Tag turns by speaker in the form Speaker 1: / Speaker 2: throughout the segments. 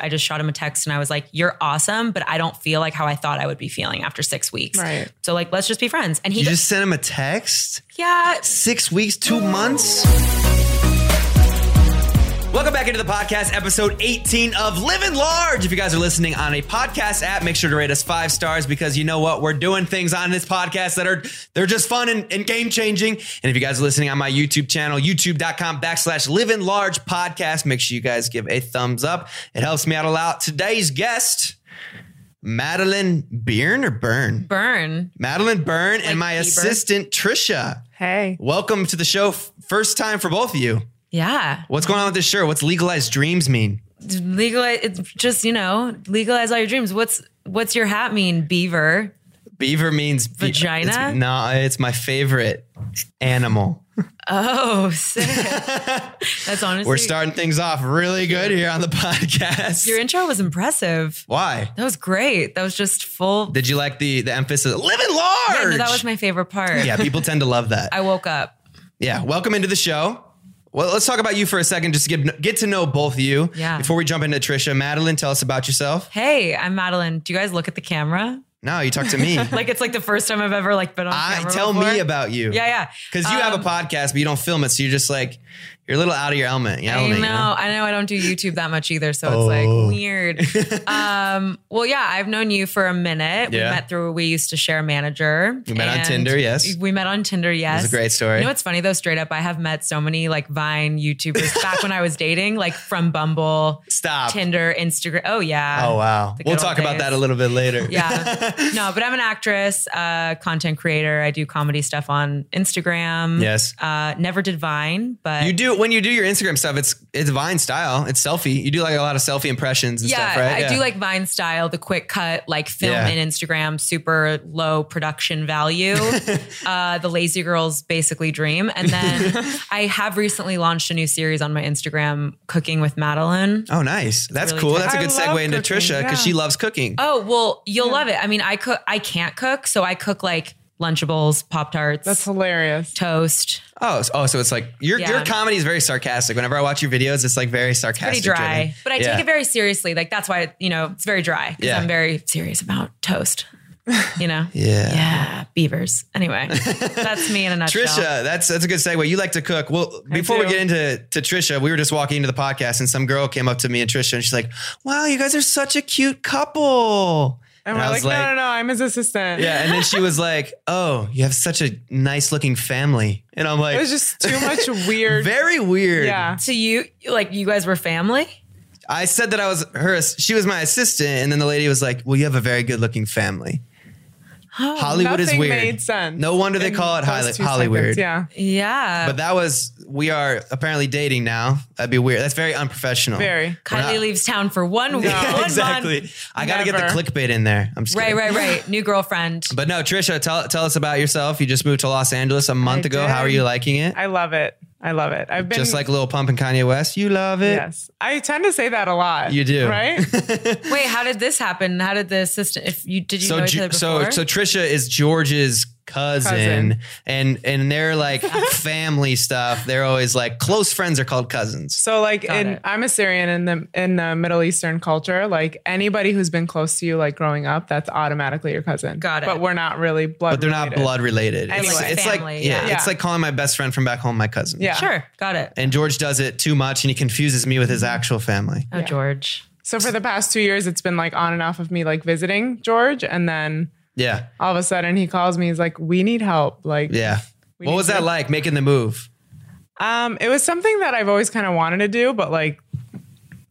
Speaker 1: I just shot him a text and I was like, You're awesome, but I don't feel like how I thought I would be feeling after six weeks.
Speaker 2: Right.
Speaker 1: So, like, let's just be friends. And he
Speaker 3: You
Speaker 1: go-
Speaker 3: just sent him a text?
Speaker 1: Yeah.
Speaker 3: Six weeks, two months? Welcome back into the podcast, episode 18 of Living Large. If you guys are listening on a podcast app, make sure to rate us five stars because you know what? We're doing things on this podcast that are they're just fun and, and game changing. And if you guys are listening on my YouTube channel, youtube.com backslash living large podcast, make sure you guys give a thumbs up. It helps me out a lot. Today's guest, Madeline Byrne or Byrne?
Speaker 1: Burn.
Speaker 3: Madeline Byrne and my
Speaker 1: Bieber.
Speaker 3: assistant Trisha.
Speaker 2: Hey.
Speaker 3: Welcome to the show. F- First time for both of you.
Speaker 1: Yeah.
Speaker 3: What's going on with this shirt? What's legalized dreams mean?
Speaker 1: Legalize it's just, you know, legalize all your dreams. What's what's your hat mean, beaver?
Speaker 3: Beaver means be-
Speaker 1: Vagina?
Speaker 3: it's- no, it's my favorite animal.
Speaker 1: Oh, sick. That's honestly
Speaker 3: We're starting things off really good here on the podcast.
Speaker 1: your intro was impressive.
Speaker 3: Why?
Speaker 1: That was great. That was just full
Speaker 3: Did you like the the emphasis? of Living large.
Speaker 1: Yeah, no, that was my favorite part.
Speaker 3: Yeah, people tend to love that.
Speaker 1: I woke up.
Speaker 3: Yeah, welcome into the show. Well, let's talk about you for a second, just to get get to know both of you.
Speaker 1: Yeah.
Speaker 3: Before we jump into Trisha, Madeline, tell us about yourself.
Speaker 1: Hey, I'm Madeline. Do you guys look at the camera?
Speaker 3: No, you talk to me.
Speaker 1: Like it's like the first time I've ever like been on
Speaker 3: I
Speaker 1: camera.
Speaker 3: tell me
Speaker 1: before.
Speaker 3: about you.
Speaker 1: Yeah, yeah.
Speaker 3: Because you have a
Speaker 1: Um,
Speaker 3: podcast, but you don't film it, so you're just like you're a little out of your element. You
Speaker 1: I know,
Speaker 3: element, you know?
Speaker 1: I know. I don't do YouTube that much either, so it's
Speaker 3: Oh.
Speaker 1: like weird. um, well, yeah, I've known you for a minute.
Speaker 3: Yeah.
Speaker 1: We met through. We used to share a manager. We
Speaker 3: met on Tinder, yes.
Speaker 1: We met on Tinder. Yes.
Speaker 3: was a great story.
Speaker 1: You know what's funny though? Straight up, I have met so many like Vine YouTubers back when I was dating, like from Bumble,
Speaker 3: Stop.
Speaker 1: Tinder, Instagram. Oh yeah.
Speaker 3: Oh wow.
Speaker 1: The good
Speaker 3: We'll
Speaker 1: old
Speaker 3: talk about
Speaker 1: days.
Speaker 3: that a little bit later.
Speaker 1: Yeah. no, but I'm an actress, uh, content creator. I do comedy stuff on Instagram.
Speaker 3: Yes.
Speaker 1: Uh, never did Vine, but
Speaker 3: You do when you do your Instagram stuff, it's it's Vine style. It's selfie. You do like a lot of selfie impressions and
Speaker 1: yeah,
Speaker 3: stuff, right?
Speaker 1: I do like Vine style, the quick cut, like film
Speaker 3: Yeah.
Speaker 1: and Instagram, super low production value. uh, the lazy girl's basically dream. And then I have recently launched a new series on my Instagram, Cooking with Madeline.
Speaker 3: Oh, nice. That's
Speaker 1: really
Speaker 3: cool.
Speaker 1: good.
Speaker 3: That's a
Speaker 2: I
Speaker 3: good
Speaker 2: love
Speaker 3: segue into
Speaker 2: cooking,
Speaker 3: Trisha because
Speaker 2: yeah.
Speaker 3: she loves cooking.
Speaker 1: Oh, well, you'll love it. I mean, I cook I can't cook, so I cook like Lunchables, Pop
Speaker 2: That's
Speaker 1: Tarts,
Speaker 2: hilarious.
Speaker 1: toast.
Speaker 3: Oh, so, oh, so it's like your
Speaker 1: Yeah.
Speaker 3: your comedy is very sarcastic. Whenever I watch your videos, it's like very
Speaker 1: pretty
Speaker 3: sarcastic.
Speaker 1: dry.
Speaker 3: driven.
Speaker 1: But I
Speaker 3: Yeah.
Speaker 1: take it very seriously. Like that's why you know it's very dry because
Speaker 3: Yeah.
Speaker 1: I'm very serious about toast. You know.
Speaker 3: Yeah.
Speaker 1: Yeah. Beavers. Anyway, that's me in a nutshell.
Speaker 3: Trisha, that's that's a good segue. You like to cook. Well, before we
Speaker 2: do.
Speaker 3: get into to Trisha, we were just walking into the podcast and some girl came up to me and Trisha and she's like, "Wow, you guys are such a cute couple."
Speaker 2: And, we're like, no, no, no, I'm his assistant.
Speaker 3: Yeah, and then she was like, "Oh, you have such a nice looking family," and I'm like,
Speaker 2: It was just too much weird.
Speaker 3: very weird."
Speaker 2: yeah.
Speaker 1: So you like you guys were family?
Speaker 3: I said that I was her. ass- She was my assistant, and then the lady was like, "Well, you have a very good looking family." Hollywood is
Speaker 2: Oh, Nothing
Speaker 3: weird.
Speaker 2: made sense.
Speaker 3: No wonder they
Speaker 2: in
Speaker 3: call it
Speaker 2: those
Speaker 3: Holly-
Speaker 2: two
Speaker 3: Hollywood.
Speaker 2: seconds. Yeah.
Speaker 1: Yeah.
Speaker 3: But that was we are apparently dating now. That'd be weird. That's very unprofessional.
Speaker 2: Very.
Speaker 3: We're
Speaker 1: Kylie
Speaker 3: not-
Speaker 1: leaves town for one week.
Speaker 2: Yeah,
Speaker 1: one
Speaker 3: exactly.
Speaker 1: Month.
Speaker 3: I got to get the
Speaker 2: Never.
Speaker 3: clickbait in there. I'm just
Speaker 1: Right,
Speaker 3: kidding.
Speaker 1: right, right. New girlfriend.
Speaker 3: But no, Trisha, tell tell us about yourself. You just moved to Los Angeles a
Speaker 2: I
Speaker 3: month ago. How
Speaker 2: did.
Speaker 3: are you liking it?
Speaker 2: I love it. I love it. I've been
Speaker 3: just like Lil Pump and Kanye West, you love it.
Speaker 2: Yes. I tend to say that a lot.
Speaker 3: You do.
Speaker 2: Right?
Speaker 1: Wait, how did this happen? How did the assistant? If you did you
Speaker 3: So
Speaker 1: know each
Speaker 3: Ju-
Speaker 1: other
Speaker 3: so
Speaker 1: before?
Speaker 3: so Trisha is George's cousin,
Speaker 2: Cousin.
Speaker 3: and and they're like family stuff. They're always like close friends are called cousins.
Speaker 2: So like
Speaker 1: Got
Speaker 2: in
Speaker 1: it.
Speaker 2: I'm Assyrian in the in the Middle Eastern culture, like anybody who's been close to you like growing up, that's automatically your cousin.
Speaker 1: Got it.
Speaker 2: But we're not really blood.
Speaker 3: But they're not
Speaker 2: related.
Speaker 3: blood related.
Speaker 2: Anyway.
Speaker 3: It's, it's like
Speaker 1: Family,
Speaker 3: yeah,
Speaker 2: yeah.
Speaker 3: it's like calling my best friend from back home my cousin.
Speaker 2: Yeah.
Speaker 1: sure, got it.
Speaker 3: And George does it too much and he confuses me with his
Speaker 2: Mm-hmm.
Speaker 3: actual family.
Speaker 1: Oh, George.
Speaker 2: So for the past two years, it's been like on and off of me like visiting George, and then
Speaker 3: Yeah.
Speaker 2: all of a sudden he calls me. He's like, "We need help." Like,
Speaker 3: Yeah.
Speaker 2: We
Speaker 3: what
Speaker 2: need
Speaker 3: was
Speaker 2: to-
Speaker 3: that like making the move?
Speaker 2: Um, it was something that I've always kind of wanted to do, but like,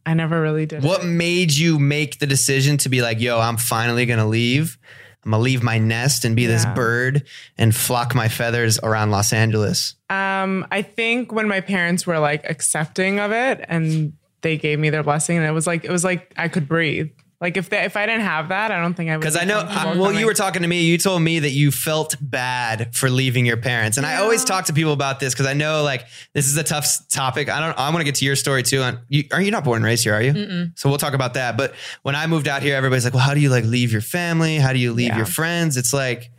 Speaker 2: I never really did. it.
Speaker 3: What made you make the decision to be like, yo, I'm finally going to leave? I'm going to leave my nest and be this
Speaker 2: Yeah.
Speaker 3: bird and flock my feathers around Los Angeles.
Speaker 2: Um, I think when my parents were like accepting of it and they gave me their blessing, and it was like it was like I could breathe. Like if they, if I didn't have that, I don't think I would.
Speaker 3: Because
Speaker 2: be
Speaker 3: I know,
Speaker 2: comfortable
Speaker 3: I- well,
Speaker 2: coming.
Speaker 3: you were talking to me. You told me that you felt bad for leaving your parents, and I always talk to people about this because I know, like, this is a tough s- topic. I don't. I want to get to your story too. And you, are you not born and raised here? Are you? So we'll talk about that. But when I moved out here, everybody's like, "Well, how do you like leave your family? How do you leave
Speaker 2: Yeah.
Speaker 3: your friends?" It's like,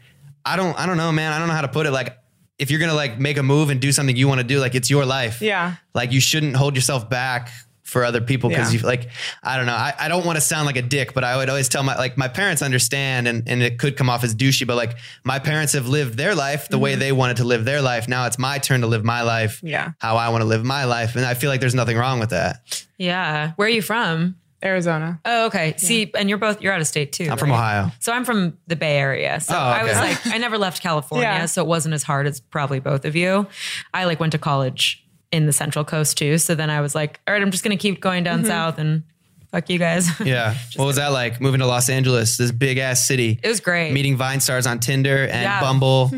Speaker 3: I don't, I don't know, man. I don't know how to put it. Like, if you're gonna like make a move and do something you want to do, like it's your life.
Speaker 2: yeah.
Speaker 3: Like you shouldn't hold yourself back for other people because
Speaker 2: Yeah.
Speaker 3: you like I don't know I, I don't want to sound like a dick but I would always tell my like my parents understand and, and it could come off as douchey but like my parents have lived their life the
Speaker 1: Mm-hmm.
Speaker 3: way they wanted to live their life now it's my turn to live my life
Speaker 2: Yeah.
Speaker 3: how I want to live my life and I feel like there's nothing wrong with that
Speaker 1: Yeah. Where are you from?
Speaker 2: Arizona.
Speaker 1: Oh, okay. See, and you're both you're out of state too.
Speaker 3: I'm from Ohio
Speaker 1: So I'm from the Bay Area. So
Speaker 3: Oh,
Speaker 1: I was
Speaker 3: okay.
Speaker 1: like, I never left California,
Speaker 2: Yeah.
Speaker 1: so it wasn't as hard as probably both of you. I like went to college in the Central Coast too. So then I was like, all right, I'm just gonna keep going down south and fuck you guys.
Speaker 3: yeah what was that like moving to Los Angeles this big ass city
Speaker 1: It was great.
Speaker 3: meeting Vine stars on Tinder and
Speaker 1: Yeah.
Speaker 3: Bumble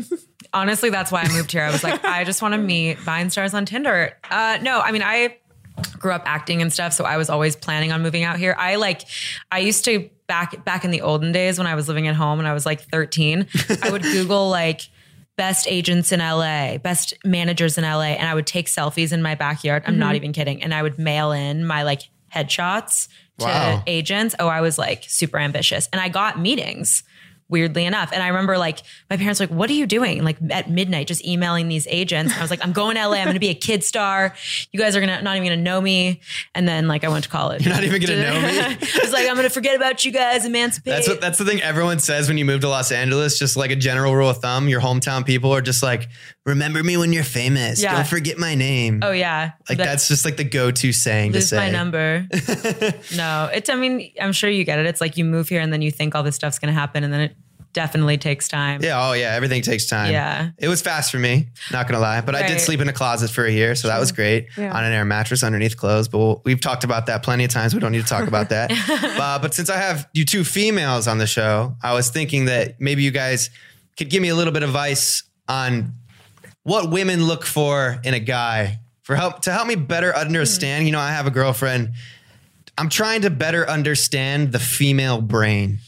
Speaker 1: honestly, that's why I moved here. I was like, I just want to meet Vine stars on Tinder. Uh, no, I mean, I grew up acting and stuff, so I was always planning on moving out here. I like, I used to back back in the olden days when I was living at home and I was like 13. I would Google like. Best agents in LA, best managers in LA, and I would take selfies in my backyard. I'm not even kidding. And I would mail in my like headshots to
Speaker 3: Wow.
Speaker 1: agents. Oh, I was like super ambitious. And I got meetings, weirdly enough. And I remember like my parents were like, what are you doing? Like at midnight, just emailing these agents. And I was like, I'm going to LA. I'm gonna be a kid star. You guys are gonna not even gonna know me. And then like I went to college.
Speaker 3: You're not even gonna know me?
Speaker 1: I was like, I'm gonna forget about you guys, emancipate.
Speaker 3: That's what that's the thing everyone says when you move to Los Angeles, just like a general rule of thumb. Your hometown people are just like, remember me when you're famous.
Speaker 1: Yeah.
Speaker 3: Don't forget my name.
Speaker 1: oh yeah.
Speaker 3: like
Speaker 1: That-
Speaker 3: that's just like the go-to saying to
Speaker 1: Lose
Speaker 3: say.
Speaker 1: my number. no, it's. I mean, I'm sure you get it. It's like you move here and then you think all this stuff's gonna happen, and then it definitely takes time.
Speaker 3: Yeah, oh yeah, everything takes time.
Speaker 1: Yeah.
Speaker 3: It was fast for me, not gonna lie. But I did
Speaker 1: Right.
Speaker 3: sleep in a closet for a year, so that was great.
Speaker 2: Yeah.
Speaker 3: On an air mattress underneath clothes. But we'll, we've talked about that plenty of times. We don't need to talk about that. uh, but since I have you two females on the show, I was thinking that maybe you guys could give me a little bit of advice on what women look for in a guy for help to help me better
Speaker 1: Hmm.
Speaker 3: understand. You know, I have a girlfriend. I'm trying to better understand the female brain.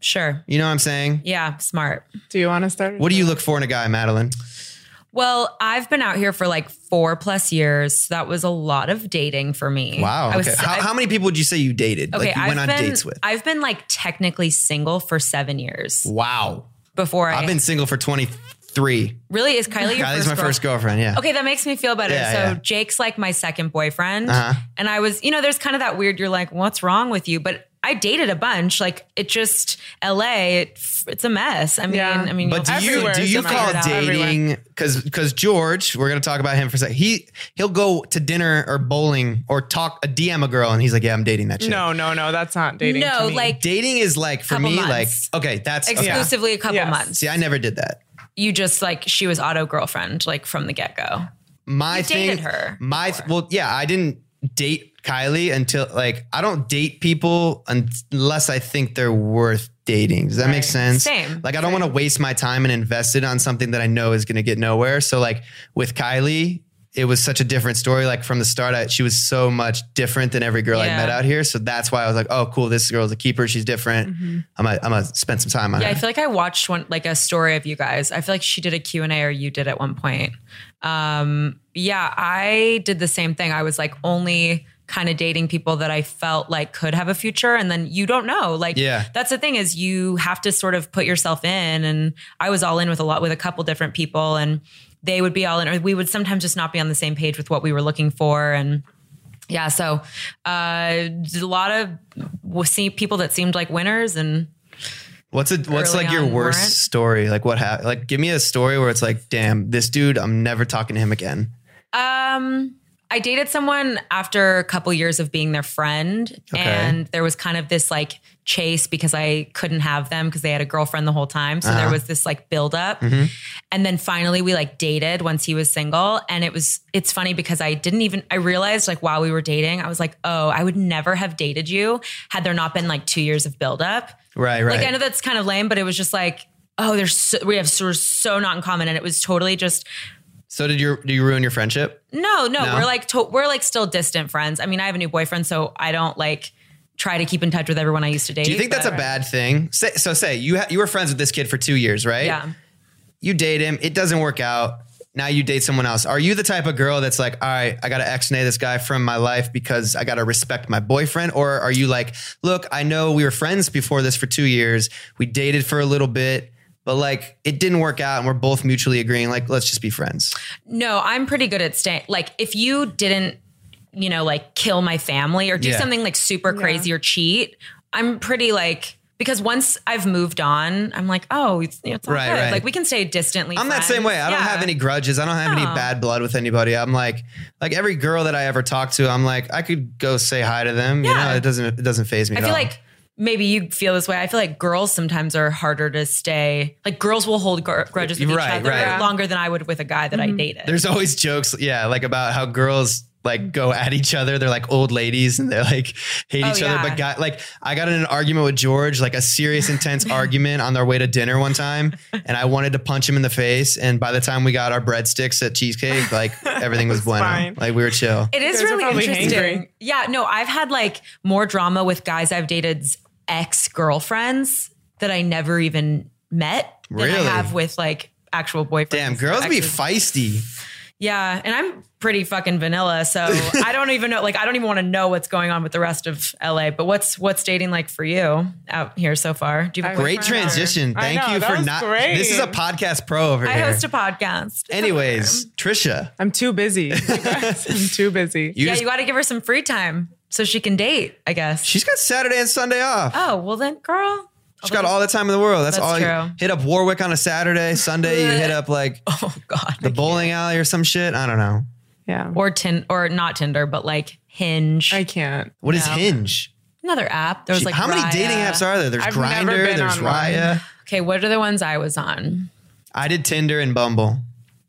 Speaker 1: Sure.
Speaker 3: You know what I'm saying?
Speaker 1: Yeah. Smart.
Speaker 2: Do you want to start?
Speaker 3: What do you look for in a guy, Madeline?
Speaker 1: Well, I've been out here for like four plus years. So that was a lot of dating for me.
Speaker 3: Wow.
Speaker 1: I was,
Speaker 3: okay. how,
Speaker 1: I-
Speaker 3: how many people would you say you dated?
Speaker 1: okay,
Speaker 3: like you
Speaker 1: I've
Speaker 3: went on
Speaker 1: been,
Speaker 3: dates with?
Speaker 1: I've been like technically single for seven years
Speaker 3: wow.
Speaker 1: before I
Speaker 3: I've been single for 23.
Speaker 1: really is Kylie your
Speaker 3: Kylie's
Speaker 1: first
Speaker 3: my
Speaker 1: girl?
Speaker 3: first girlfriend. Yeah.
Speaker 1: Okay, that makes me feel better.
Speaker 3: Yeah,
Speaker 1: so
Speaker 3: yeah.
Speaker 1: Jake's like my second boyfriend.
Speaker 3: Uh-huh.
Speaker 1: And I was, you know, there's kind of that weird, you're like, what's wrong with you? But I dated a bunch. Like it just LA, it, it's a mess. I mean,
Speaker 2: Yeah.
Speaker 1: I mean,
Speaker 3: But do
Speaker 1: you'll-
Speaker 3: you
Speaker 2: Everywhere
Speaker 3: do
Speaker 2: is
Speaker 3: you
Speaker 2: a
Speaker 3: call
Speaker 1: mess.
Speaker 3: dating because because George we're gonna talk about him for a second he he'll go to dinner or bowling or talk a DM a girl and he's like yeah I'm dating that chick
Speaker 2: No, no, no. That's not dating.
Speaker 1: No,
Speaker 2: to me.
Speaker 1: like-
Speaker 3: dating is like for
Speaker 1: Couple
Speaker 3: me
Speaker 1: months.
Speaker 3: like okay that's okay.
Speaker 1: exclusively a couple
Speaker 2: Yes.
Speaker 1: months.
Speaker 3: see I never did that
Speaker 1: You just like, she was auto girlfriend, like from the get go.
Speaker 3: my
Speaker 1: You
Speaker 3: thing
Speaker 1: dated her
Speaker 3: my th- well yeah I didn't date Kylie until like I don't date people un- unless I think they're worth dating does that make sense
Speaker 1: Same.
Speaker 3: like I don't want to waste my time and invest it on something that I know is going to get nowhere. So like with Kylie, it was such a different story. Like from the start, I, she was so much different than every girl I
Speaker 1: Yeah.
Speaker 3: met out here. So that's why I was like, oh, cool, this girl's a keeper. She's different. I'm gonna, I'm gonna spend some time on
Speaker 1: Mm-hmm. Yeah, I
Speaker 3: her.
Speaker 1: feel like I watched one like a story of you guys. I feel like she did a Q&A or you did at one point. Um yeah, I did the same thing. I was like only kind of dating people that I felt like could have a future and then you don't know. Like
Speaker 3: Yeah.
Speaker 1: that's the thing is you have to sort of put yourself in and I was all in with a lot with a couple different people and they would be all in or we would sometimes just not be on the same page with what we were looking for and yeah, so uh, a lot of we'll see people that seemed like winners and
Speaker 3: what's a, what's
Speaker 1: early
Speaker 3: like your
Speaker 1: on
Speaker 3: worst
Speaker 1: weren't.
Speaker 3: story? Like what happened? Like give me a story where it's like, damn, this dude, I'm never talking to him again.
Speaker 1: Um, I dated someone after a couple years of being their friend,
Speaker 3: Okay.
Speaker 1: and there was kind of this like chase because I couldn't have them because they had a girlfriend the whole time. So
Speaker 3: Uh-huh.
Speaker 1: there was this like buildup,
Speaker 3: Mm-hmm.
Speaker 1: and then finally we like dated once he was single, and it was it's funny because I didn't even I realized like while we were dating I was like oh I would never have dated you had there not been like two years of buildup.
Speaker 3: Right, right.
Speaker 1: Like I know that's kind of lame, but it was just like oh there's so, we have so, we're so not in common, and it was totally just
Speaker 3: so did you do you ruin your friendship?
Speaker 1: no, no,
Speaker 3: No?
Speaker 1: we're like to- we're like still distant friends. I mean, I have a new boyfriend, so I don't like try to keep in touch with everyone I used to date.
Speaker 3: Do you think that's a
Speaker 1: but-
Speaker 3: bad thing? Say, so say you ha- you were friends with this kid for two years, right?
Speaker 1: Yeah.
Speaker 3: you date him, it doesn't work out. Now you date someone else. Are you the type of girl that's like, all right, I gotta exonate this guy from my life because I gotta respect my boyfriend? Or are you like, look, I know we were friends before this for two years. We dated for a little bit, but like it didn't work out and we're both mutually agreeing, like, let's just be friends.
Speaker 1: No, I'm pretty good at staying. Like, if you didn't you know, like kill my family or do
Speaker 3: Yeah.
Speaker 1: something like super crazy or cheat. I'm pretty like because once I've moved on, I'm like, oh, it's, it's all
Speaker 3: Right,
Speaker 1: good.
Speaker 3: right.
Speaker 1: Like we can stay distantly.
Speaker 3: I'm that same
Speaker 1: friends.
Speaker 3: way. I don't
Speaker 1: Yeah.
Speaker 3: have any grudges. I don't have any
Speaker 1: No.
Speaker 3: bad blood with anybody. I'm like, like every girl that I ever talk to, I'm like, I could go say hi to them. You
Speaker 1: Yeah.
Speaker 3: know, it doesn't it doesn't phase me.
Speaker 1: I
Speaker 3: at
Speaker 1: feel
Speaker 3: all.
Speaker 1: like maybe you feel this way. I feel like girls sometimes are harder to stay. Like girls will hold gr- grudges with
Speaker 3: Right,
Speaker 1: each other
Speaker 3: right.
Speaker 1: longer than I would with a guy that
Speaker 2: Mm-hmm.
Speaker 1: I dated.
Speaker 3: there's always jokes, yeah, like about how girls like go at each other. They're like old ladies and they're like hate
Speaker 1: Oh,
Speaker 3: each
Speaker 1: yeah.
Speaker 3: other. But guy, like I got in an argument with George, like a serious, intense argument on their way to dinner one time, and I wanted to punch him in the face. And by the time we got our breadsticks at Cheesecake, like everything was, bueno.
Speaker 2: fine.
Speaker 3: Like we were chill.
Speaker 1: It is
Speaker 2: guys are
Speaker 1: really
Speaker 2: probably
Speaker 1: interesting.
Speaker 2: hangry.
Speaker 1: Yeah, no, I've had like more drama with guys I've dated's ex girlfriends that I never even met than
Speaker 3: Really?
Speaker 1: I have with like actual boyfriends.
Speaker 3: Damn, girls be
Speaker 1: Exes.
Speaker 3: feisty.
Speaker 1: Yeah, and I'm pretty fucking vanilla, so I don't even know. Like, I don't even want to know what's going on with the rest of LA. But what's what's dating like for you out here so far? Do you have a
Speaker 2: I-
Speaker 3: Great
Speaker 2: Wow.
Speaker 3: transition.
Speaker 2: I
Speaker 3: Thank
Speaker 2: know,
Speaker 3: you
Speaker 2: that
Speaker 3: for
Speaker 2: was
Speaker 3: not.
Speaker 2: great.
Speaker 3: This is a podcast pro over
Speaker 1: I
Speaker 3: here.
Speaker 1: host a podcast.
Speaker 3: Anyways, Trisha,
Speaker 2: I'm too busy. you guys. I'm too busy.
Speaker 3: you
Speaker 1: yeah,
Speaker 3: just,
Speaker 1: you got to give her some free time so she can date. I guess.
Speaker 3: she's got Saturday and Sunday off.
Speaker 1: oh well, then, girl.
Speaker 3: She's got all the time in the world. That's,
Speaker 1: That's
Speaker 3: all. you-
Speaker 1: true.
Speaker 3: hit up Warwick on a Saturday, Sunday. you hit up like
Speaker 1: Oh God.
Speaker 3: the bowling alley or some shit. I don't know.
Speaker 2: Yeah.
Speaker 1: or tin or not Tinder, but like Hinge,
Speaker 2: I can't.
Speaker 3: What is
Speaker 1: No.
Speaker 3: Hinge?
Speaker 1: another app. There was like
Speaker 3: How many dating
Speaker 1: Raya.
Speaker 3: apps are there? There's
Speaker 2: I've never
Speaker 3: Grinder.
Speaker 2: been
Speaker 3: There's
Speaker 2: on one.
Speaker 3: Raya.
Speaker 1: Okay, what are the ones I was on?
Speaker 3: I did Tinder and Bumble.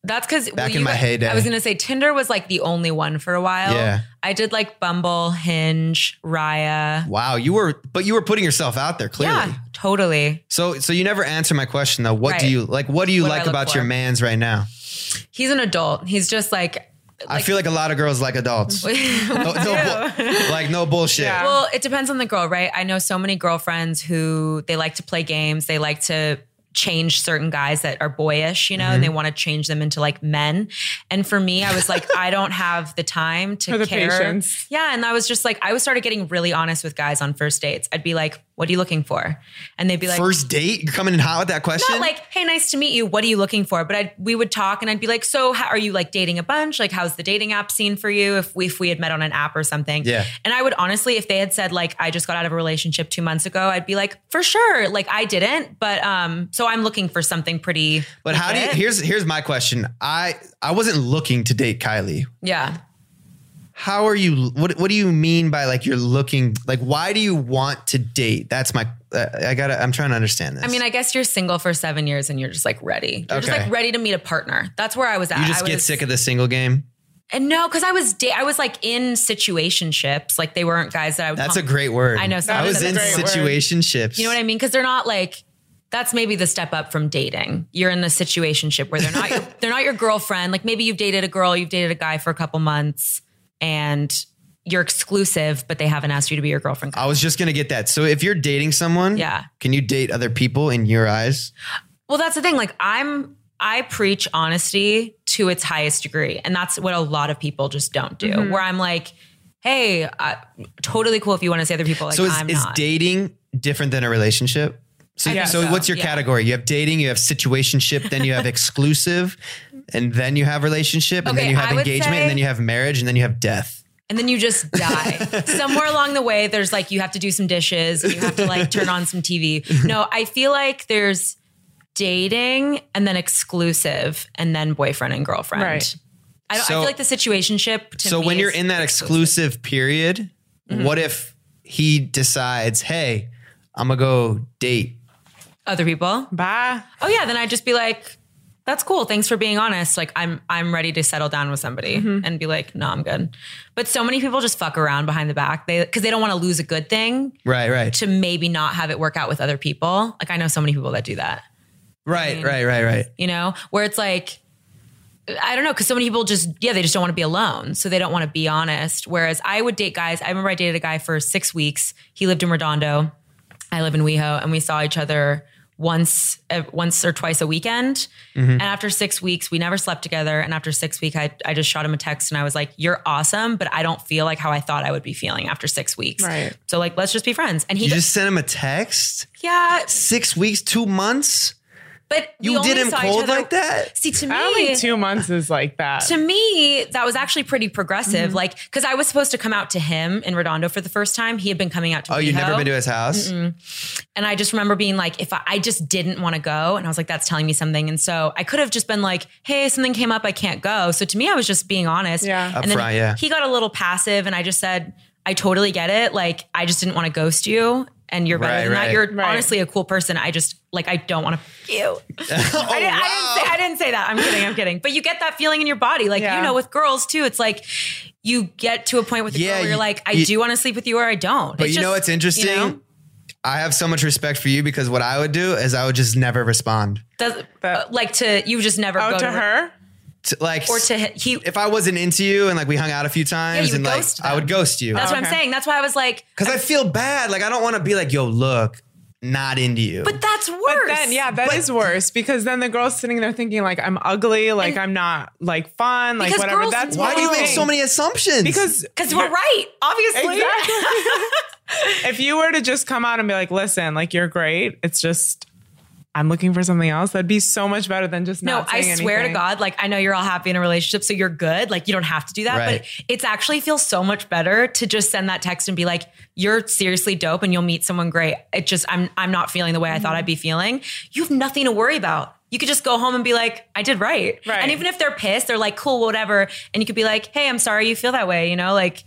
Speaker 1: That's because
Speaker 3: Back in my heyday.
Speaker 1: I was gonna say Tinder was like the only one for a while.
Speaker 3: Yeah.
Speaker 1: I did like Bumble, Hinge, Raya.
Speaker 3: Wow, you were, but you were putting yourself out there clearly.
Speaker 1: Yeah, totally.
Speaker 3: So, so you never answer my question though. What do
Speaker 1: Right.
Speaker 3: you like? What do you
Speaker 1: What do I
Speaker 3: like
Speaker 1: look
Speaker 3: about
Speaker 1: for?
Speaker 3: your man's right now?
Speaker 1: He's an adult. He's just like
Speaker 3: I feel like a lot of girls like adults. no, no bu- like no bullshit.
Speaker 2: Yeah.
Speaker 1: Well, it depends on the girl, right? I know so many girlfriends who they like to play games, they like to change certain guys that are boyish, you know,
Speaker 2: Mm-hmm.
Speaker 1: and they want to change them into like men. And for me, I was like, I don't have the time to
Speaker 2: Or the
Speaker 1: care.
Speaker 2: patience.
Speaker 1: Yeah, and I was just like, I was started getting really honest with guys on first dates. I'd be like, "What are you looking for?" And they'd be like,
Speaker 3: First date, you're coming in hot with that question.
Speaker 1: not like, hey, nice to meet you. What are you looking for? But I'd, we would talk, and I'd be like, so how, are you like dating a bunch? Like, how's the dating app scene for you? If we if we had met on an app or something,
Speaker 3: Yeah.
Speaker 1: And I would honestly, if they had said like, I just got out of a relationship two months ago, I'd be like, for sure. Like, I didn't, but um, so I'm looking for something pretty.
Speaker 3: but how do you?
Speaker 1: legit.
Speaker 3: Here's here's my question. I I wasn't looking to date Kylie.
Speaker 1: Yeah.
Speaker 3: How are you? What What do you mean by like you're looking? Like why do you want to date? That's my. Uh, I gotta. I'm trying to understand this.
Speaker 1: I mean, I guess you're single for seven years and you're just like ready. You're just
Speaker 3: Okay.
Speaker 1: like ready to meet a partner. That's where I was at.
Speaker 3: you just
Speaker 1: I
Speaker 3: get
Speaker 1: was-
Speaker 3: sick of the single game.
Speaker 1: And no, because I was da- I was like in situationships. Like they weren't guys that I would.
Speaker 3: That's
Speaker 1: call-
Speaker 3: a great word.
Speaker 1: I know,
Speaker 3: I
Speaker 1: sorry,
Speaker 3: was
Speaker 1: that's
Speaker 3: in
Speaker 1: a great
Speaker 2: word.
Speaker 3: situationships.
Speaker 1: You know what I mean? Because they're not like that's maybe the step up from dating. You're in a situationship where they're not your, they're not your girlfriend. Like maybe you've dated a girl, you've dated a guy for a couple months, and you're exclusive, but they haven't asked you to be your girlfriend.
Speaker 3: I was just gonna get that. So if you're dating someone,
Speaker 1: Yeah.
Speaker 3: can you date other people in your eyes?
Speaker 1: Well, that's the thing. Like I'm I preach honesty to its highest degree, and that's what a lot of people just don't do.
Speaker 3: Mm-hmm.
Speaker 1: Where I'm like. Hey, uh, totally cool if you want to see other people. Like,
Speaker 3: So is,
Speaker 1: I'm
Speaker 3: is
Speaker 1: not.
Speaker 3: dating different than a relationship? So,
Speaker 1: think
Speaker 3: so
Speaker 1: so,
Speaker 3: what's your
Speaker 1: yeah.
Speaker 3: category? You have dating, you have situationship, then you have exclusive, and then you have relationship, and then
Speaker 1: Okay,
Speaker 3: you have
Speaker 1: I would
Speaker 3: engagement, and
Speaker 1: say-
Speaker 3: then you have marriage, and then you have death.
Speaker 1: and then you just die somewhere along the way there's like you have to do some dishes and you have to like turn on some tv no i feel like there's dating and then exclusive and then boyfriend and girlfriend
Speaker 2: Right.
Speaker 1: I, don't, I
Speaker 3: So-
Speaker 1: feel like the situationship to
Speaker 3: So
Speaker 1: me
Speaker 3: when you're
Speaker 1: is-
Speaker 3: in that exclusive period,
Speaker 1: Mm-hmm.
Speaker 3: what if he decides, hey, I'm gonna go date?
Speaker 1: other people
Speaker 2: Bye.
Speaker 1: oh yeah then i'd just be like that's cool thanks for being honest like i'm i'm ready to settle down with somebody and be like no i'm good but so many people just fuck around behind the back they because they don't want to lose a good thing
Speaker 3: Right, right,
Speaker 1: to maybe not have it work out with other people like i know so many people that do that
Speaker 3: right, right, right, right.
Speaker 1: you know, where it's like, I don't know, because so many people just, yeah, they just don't want to be alone. So they don't want to be honest. Whereas I would date guys, I remember I dated a guy for six weeks. He lived in Redondo, I live in WeHo, and we saw each other once eh, once or twice a weekend
Speaker 3: Mm-hmm.
Speaker 1: and after six weeks we never slept together and after six weeks I, I just shot him a text and i was like you're awesome but i don't feel like how i thought i would be feeling after six weeks
Speaker 2: Right.
Speaker 1: so like let's just be friends and he
Speaker 3: You
Speaker 1: just
Speaker 3: just sent him a text.
Speaker 1: yeah
Speaker 3: Six weeks, two months.
Speaker 1: But we
Speaker 3: You
Speaker 1: only
Speaker 3: did him
Speaker 1: saw each
Speaker 3: cold
Speaker 1: other-
Speaker 3: like that?
Speaker 1: See, to me,
Speaker 2: I don't think two months is like that.
Speaker 1: to me, that was actually pretty progressive.
Speaker 3: Mm-hmm.
Speaker 1: Like, because I was supposed to come out to him in Redondo for the first time. He had been coming out to
Speaker 3: Oh, you've never
Speaker 1: Riho.
Speaker 3: been to his house?
Speaker 1: And I just remember being like, if I, I just didn't want to go, and I was like, that's telling me something. And so I could have just been like, hey, something came up, I can't go. So to me, I was just being honest.
Speaker 2: Yeah.
Speaker 1: And then
Speaker 3: Upfront, yeah.
Speaker 1: he got a little passive, and I just said, I totally get it. Like, I just didn't want to ghost you. And you're better
Speaker 3: Right,
Speaker 1: than
Speaker 3: right.
Speaker 1: that. You're
Speaker 2: Right.
Speaker 1: honestly a cool person. I just like I don't want to f- you.
Speaker 3: Oh,
Speaker 1: I, didn't, I, didn't say, I didn't say that. I'm kidding. I'm kidding. But you get that feeling in your body, like
Speaker 2: Yeah.
Speaker 1: you know, with girls too. It's like you get to a point with a
Speaker 3: Yeah,
Speaker 1: girl where
Speaker 3: you-
Speaker 1: you're like, I
Speaker 3: you-
Speaker 1: do want to sleep with you or I don't.
Speaker 3: But you know what's interesting? I have so much respect for you because what I would do is I would just never respond.
Speaker 1: Does, uh,
Speaker 2: That-
Speaker 1: like to you just never
Speaker 2: oh,
Speaker 1: go
Speaker 2: to
Speaker 1: to
Speaker 2: her?
Speaker 3: T- like
Speaker 1: or to hi- he.
Speaker 3: if I wasn't into you and like we hung out a few times
Speaker 1: you would
Speaker 3: and like
Speaker 1: ghost
Speaker 3: I would
Speaker 1: them.
Speaker 3: ghost you.
Speaker 1: that's what I'm
Speaker 2: okay.
Speaker 1: saying. That's why I was like,
Speaker 3: Cuz I feel bad. Like I don't want to be like, "Yo, look, not into you."
Speaker 1: but that's worse.
Speaker 2: But then, yeah, that is
Speaker 3: But-
Speaker 2: worse because then the girl's sitting there thinking like I'm ugly, like I'm not like fun, like
Speaker 1: Because
Speaker 2: whatever.
Speaker 1: girls
Speaker 2: That's
Speaker 3: why do you make
Speaker 2: wrong.
Speaker 3: so many assumptions?
Speaker 2: Because
Speaker 1: because we're right, obviously.
Speaker 2: Exactly. if you were to just come out and be like, listen, like you're great, it's just I'm looking for something else. That'd be so much better than just
Speaker 1: No,
Speaker 2: Not
Speaker 1: I
Speaker 2: saying
Speaker 1: swear
Speaker 2: anything.
Speaker 1: to God, like I know you're all happy in a relationship, so you're good. Like you don't have to do that,
Speaker 3: Right.
Speaker 1: but it's actually feels so much better to just send that text and be like, "You're seriously dope, and you'll meet someone great." It just I'm I'm not feeling the way I thought I'd be feeling. You have nothing to worry about. You could just go home and be like, "I did right."
Speaker 2: Right.
Speaker 1: And even if they're pissed, they're like, "Cool, whatever," and you could be like, "Hey, I'm sorry you feel that way." You know, like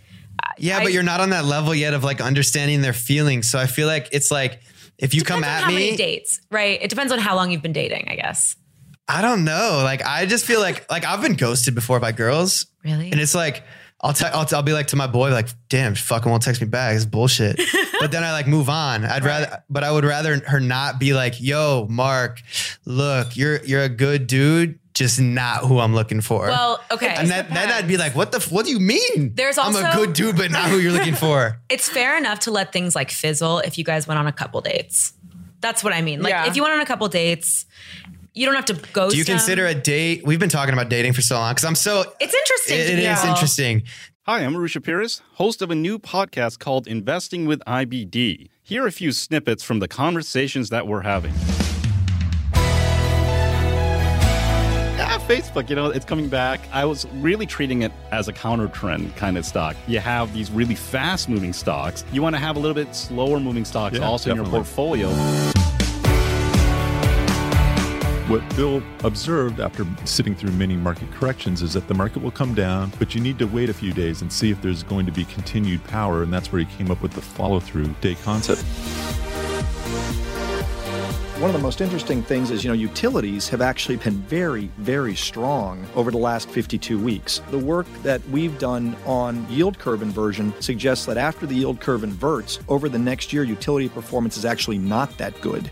Speaker 3: yeah,
Speaker 1: I-
Speaker 3: but you're not on that level yet of like understanding their feelings. So I feel like it's like if you come
Speaker 1: depends on
Speaker 3: at
Speaker 1: how
Speaker 3: me,
Speaker 1: many dates, right? It depends on how long you've been dating, I guess.
Speaker 3: I don't know. Like I just feel like like I've been ghosted before by girls.
Speaker 1: Really?
Speaker 3: And it's like I'll te- I'll, t- I'll be like to my boy like, damn, she fucking won't text me back. It's bullshit. but then I like move on. I'd rather, but I would rather her not be like, yo, Mark, look, you're you're a good dude, just not who I'm looking for.
Speaker 1: Well, okay.
Speaker 3: and that, then I'd be like, what the? F- what do you mean?
Speaker 1: There's
Speaker 3: I'm a
Speaker 1: also-
Speaker 3: good dude, but not who you're looking for.
Speaker 1: it's fair enough to let things like fizzle if you guys went on a couple dates. That's what I mean. Like
Speaker 2: Yeah.
Speaker 1: if you went on a couple dates, you don't have to go.
Speaker 3: Do you consider a date? We've been talking about dating for so long because I'm so.
Speaker 1: It's interesting.
Speaker 3: It-
Speaker 1: to
Speaker 3: it is
Speaker 1: people.
Speaker 3: interesting.
Speaker 4: Hi, I'm Arusha Pires, host of a new podcast called Investing with IBD. Here are a few snippets from the conversations that we're having. Yeah, Ah, Facebook, you know, it's coming back. I was really treating it as a counter trend kind of stock. You have these really fast moving stocks. You want to have a little bit slower moving stocks
Speaker 5: Yeah,
Speaker 4: also in your
Speaker 5: definitely.
Speaker 4: portfolio.
Speaker 5: What Bill observed after sitting through many market corrections is that the market will come down, but you need to wait a few days and see if there's going to be continued power. And that's where he came up with the follow through day concept.
Speaker 6: One of the most interesting things is, you know, utilities have actually been very, very strong over the last 52 weeks. The work that we've done on yield curve inversion suggests that after the yield curve inverts, over the next year, utility performance is actually not that good.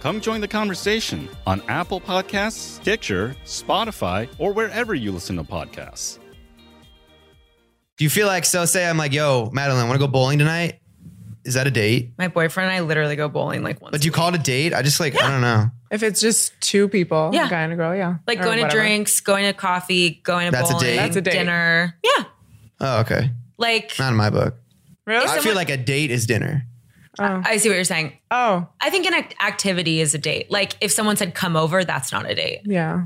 Speaker 4: Come join the conversation on Apple Podcasts, Stitcher, Spotify, or wherever you listen to podcasts.
Speaker 3: Do you feel like so? Say I'm like, yo, Madeline, want to go bowling tonight? Is that a date?
Speaker 1: My boyfriend and I literally go bowling like once.
Speaker 3: But do you call it a date? I just like I don't know.
Speaker 2: If it's just two people,
Speaker 1: Yeah.
Speaker 2: a guy and a girl, yeah.
Speaker 1: like
Speaker 2: Or
Speaker 1: going to
Speaker 2: whatever.
Speaker 1: drinks, going to coffee, going to
Speaker 3: That's a
Speaker 1: bowling,
Speaker 3: date. That's
Speaker 2: a date.
Speaker 1: dinner. Yeah.
Speaker 3: Oh, okay.
Speaker 1: Like
Speaker 3: Not in my book.
Speaker 2: Really?
Speaker 3: I feel like a date is dinner.
Speaker 1: I see what you're saying.
Speaker 2: oh,
Speaker 1: I think an act- activity is a date. Like if someone said come over, that's not a date,
Speaker 2: yeah.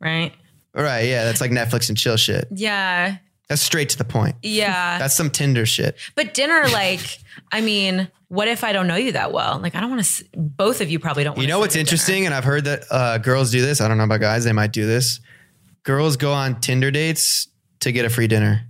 Speaker 1: right?
Speaker 3: Right. Yeah. That's like Netflix and chill shit.
Speaker 1: Yeah.
Speaker 3: That's straight to the point.
Speaker 1: Yeah.
Speaker 3: That's some Tinder shit.
Speaker 1: But dinner, like, I mean, what if I don't know you that well? Like, I don't want to. Both of you probably don't.
Speaker 3: You
Speaker 1: wanna
Speaker 3: know
Speaker 1: sit
Speaker 3: what's
Speaker 1: at dinner.
Speaker 3: interesting? And I've heard that uh, girls do this. I don't know about guys. They might do this. Girls go on Tinder dates to get a free dinner.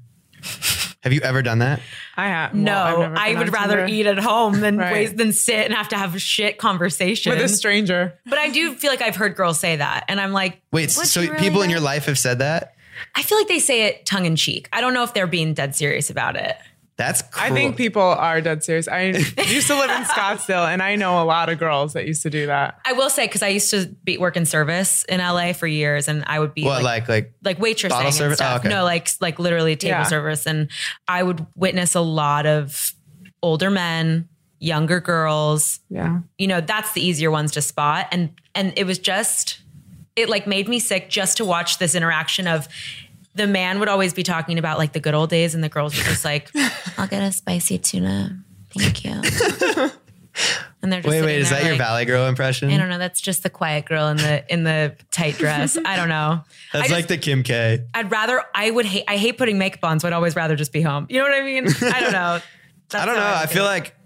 Speaker 3: Have you ever done that?
Speaker 2: I have
Speaker 1: No, I would rather eat at home than
Speaker 2: Right.
Speaker 1: waste than sit and have to have shit conversation.
Speaker 2: with a stranger.
Speaker 1: but I do feel like I've heard girls say that, and I'm like,
Speaker 3: Wait,
Speaker 1: would
Speaker 3: so
Speaker 1: you really
Speaker 3: people in
Speaker 1: know?
Speaker 3: your life have said that?
Speaker 1: I feel like they say it tongue in cheek. I don't know if they're being dead serious about it.
Speaker 3: That's cool.
Speaker 2: I think people are dead serious. I used to live in Scottsdale, and I know a lot of girls that used to do that.
Speaker 1: I will say because I used to be work in service in LA for years, and I would be
Speaker 3: what
Speaker 1: like
Speaker 3: like like
Speaker 1: like waitressing
Speaker 3: Bottle
Speaker 1: and
Speaker 3: service?
Speaker 1: stuff.
Speaker 3: Oh, okay.
Speaker 1: No, like like literally table
Speaker 2: Yeah.
Speaker 1: service, and I would witness a lot of older men, younger girls.
Speaker 2: Yeah,
Speaker 1: You know, that's the easier ones to spot, and and it was just it like made me sick just to watch this interaction of. The man would always be talking about like the good old days, and the girls were just like, "I'll get a spicy tuna, thank you." And they're just
Speaker 3: Wait,
Speaker 1: sitting
Speaker 3: wait, is
Speaker 1: there
Speaker 3: that your
Speaker 1: like,
Speaker 3: Valley Girl impression?
Speaker 1: I don't know. That's just the quiet girl in the in the tight dress. I don't know.
Speaker 3: That's
Speaker 1: I just-
Speaker 3: like the Kim K.
Speaker 1: I'd rather I would hate I hate putting makeup on, so I'd always rather just be home. You know what I mean? I don't know.
Speaker 3: I don't know. I feel like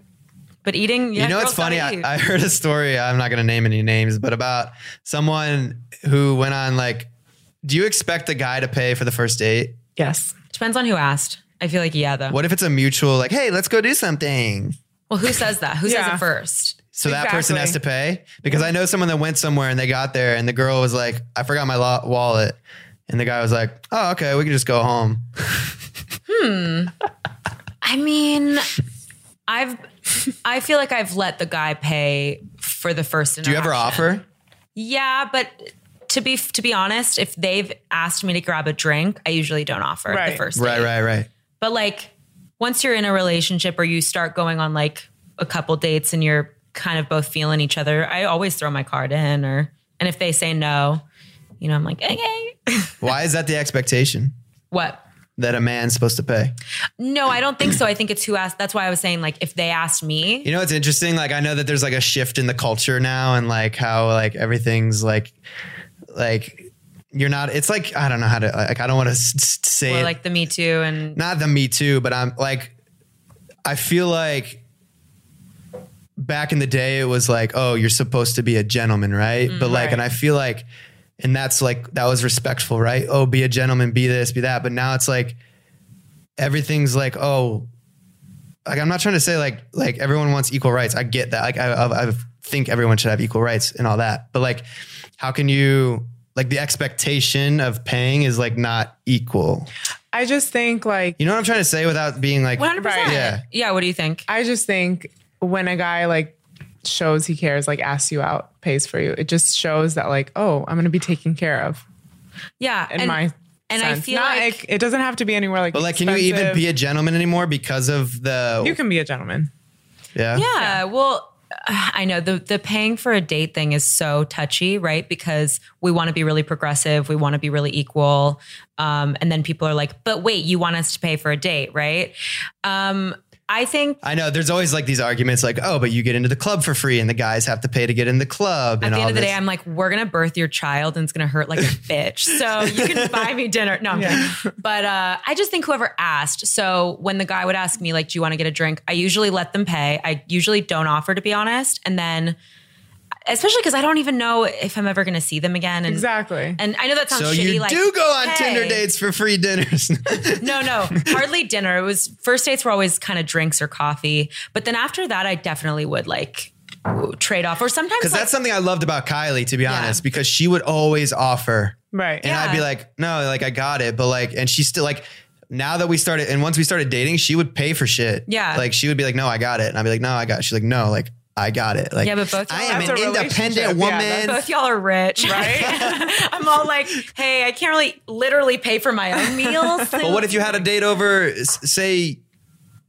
Speaker 1: but eating. Yeah,
Speaker 3: you know
Speaker 1: girls
Speaker 3: it's funny.
Speaker 1: gotta eat.
Speaker 3: I, I heard a story. I'm not going to name any names, but about someone who went on like, do you expect the guy to pay for the first date?
Speaker 2: Yes.
Speaker 1: Depends on who asked. I feel like yeah though.
Speaker 3: What if it's a mutual like, hey, let's go do something?
Speaker 1: Well, who says that? Who says
Speaker 2: Yeah.
Speaker 1: it first?
Speaker 3: So that person
Speaker 2: Exactly.
Speaker 3: has to pay because I know someone that went somewhere and they got there and the girl was like, I forgot my lo- wallet. And the guy was like, oh, okay, we can just go home.
Speaker 1: I mean, I've I feel like I've let the guy pay for the first.
Speaker 3: Do you ever offer?
Speaker 1: Yeah, but to be to be honest, if they've asked me to grab a drink, I usually don't offer the
Speaker 2: Right.
Speaker 1: first.
Speaker 3: Right,
Speaker 1: date.
Speaker 3: right, right.
Speaker 1: But like once you're in a relationship or you start going on like a couple dates and you're kind of both feeling each other, I always throw my card in or and if they say no, you know, I'm like, okay.
Speaker 3: Why is that the expectation
Speaker 1: what?
Speaker 3: that a man's supposed to pay?
Speaker 1: No, I don't think so. I think it's who asked. That's why I was saying like if they asked me,
Speaker 3: You know, it's interesting. Like, I know that there's like a shift in the culture now, and like how like everything's like, like you're not. It's like I don't know how to. Like, I don't want to s- s- say
Speaker 1: or
Speaker 3: it.
Speaker 1: like the Me Too and
Speaker 3: not the Me Too, but I'm like, I feel like back in the day it was like, oh, you're supposed to be a gentleman, right? but like, and I feel like, and that's like that was respectful, right? Oh, be a gentleman, be this, be that. But now it's like everything's like, oh, like I'm not trying to say like like everyone wants equal rights. I get that. Like I I, I think everyone should have equal rights and all that. But like, how can you? Like the expectation of paying is like not equal.
Speaker 2: I just think like
Speaker 3: You know what I'm trying to say without being like,
Speaker 1: 100%.
Speaker 2: Right.
Speaker 3: Yeah.
Speaker 1: yeah, what do you think?
Speaker 2: I just think when a guy like shows he cares, like asks you out, pays for you, it just shows that like, oh, I'm gonna be taken care of.
Speaker 1: Yeah.
Speaker 2: In my
Speaker 1: and I
Speaker 2: sense.
Speaker 1: feel
Speaker 2: Not,
Speaker 1: like-
Speaker 2: it doesn't have to be anywhere like.
Speaker 3: but like, can you even be
Speaker 2: A-
Speaker 3: a gentleman anymore because of the?
Speaker 2: you can be a gentleman.
Speaker 3: yeah.
Speaker 1: Yeah. Well, I know the the paying for a date thing is so touchy, right? Because we want to be really progressive, we want to be really equal, um, and then people are like, "But wait, you want us to pay for a date, right?" Um, I think
Speaker 3: I know. There's always like these arguments, like, oh, but you get into the club for free, and the guys have to pay to get in the club.
Speaker 1: at
Speaker 3: and
Speaker 1: the
Speaker 3: all
Speaker 1: end of the
Speaker 3: this.
Speaker 1: day, I'm like, "We're gonna birth your child, and it's gonna hurt like a bitch." So you can buy me dinner. No, I'm kidding. but uh, I just think whoever asked. So when the guy would ask me, like, "Do you want to get a drink?" I usually let them pay. I usually don't offer, to be honest, and then. Especially because I don't even know if I'm ever going to see them again, and
Speaker 2: Exactly.
Speaker 1: And I know that sounds
Speaker 3: so
Speaker 1: shitty.
Speaker 3: you
Speaker 1: like,
Speaker 3: do go on
Speaker 1: hey.
Speaker 3: Tinder dates for free dinners.
Speaker 1: No, no, hardly dinner. It was first dates were always kind of drinks or coffee, but then after that, I definitely would like trade off, or sometimes
Speaker 3: Because
Speaker 1: like,
Speaker 3: that's something I loved about Kylie, to be honest, because she would always offer.
Speaker 2: right.
Speaker 3: And I'd be
Speaker 1: Yeah.
Speaker 3: like, no, like I got it. But like, and she's still like, now that we started, and once we started dating, she would pay for shit.
Speaker 1: Yeah.
Speaker 3: Like she would be like, no, I got it. And I'd be like, no, I got it. She's like, no, like I got it. Like,
Speaker 1: Yeah, but both
Speaker 3: I
Speaker 1: y'all-
Speaker 3: am
Speaker 2: That's
Speaker 3: an
Speaker 2: a
Speaker 3: independent
Speaker 2: relationship. Yeah,
Speaker 3: woman.
Speaker 2: that's-
Speaker 1: both y'all are rich, right? I'm all like, hey, I can't really literally pay for my own meals.
Speaker 3: but what if you had a date over, s- say,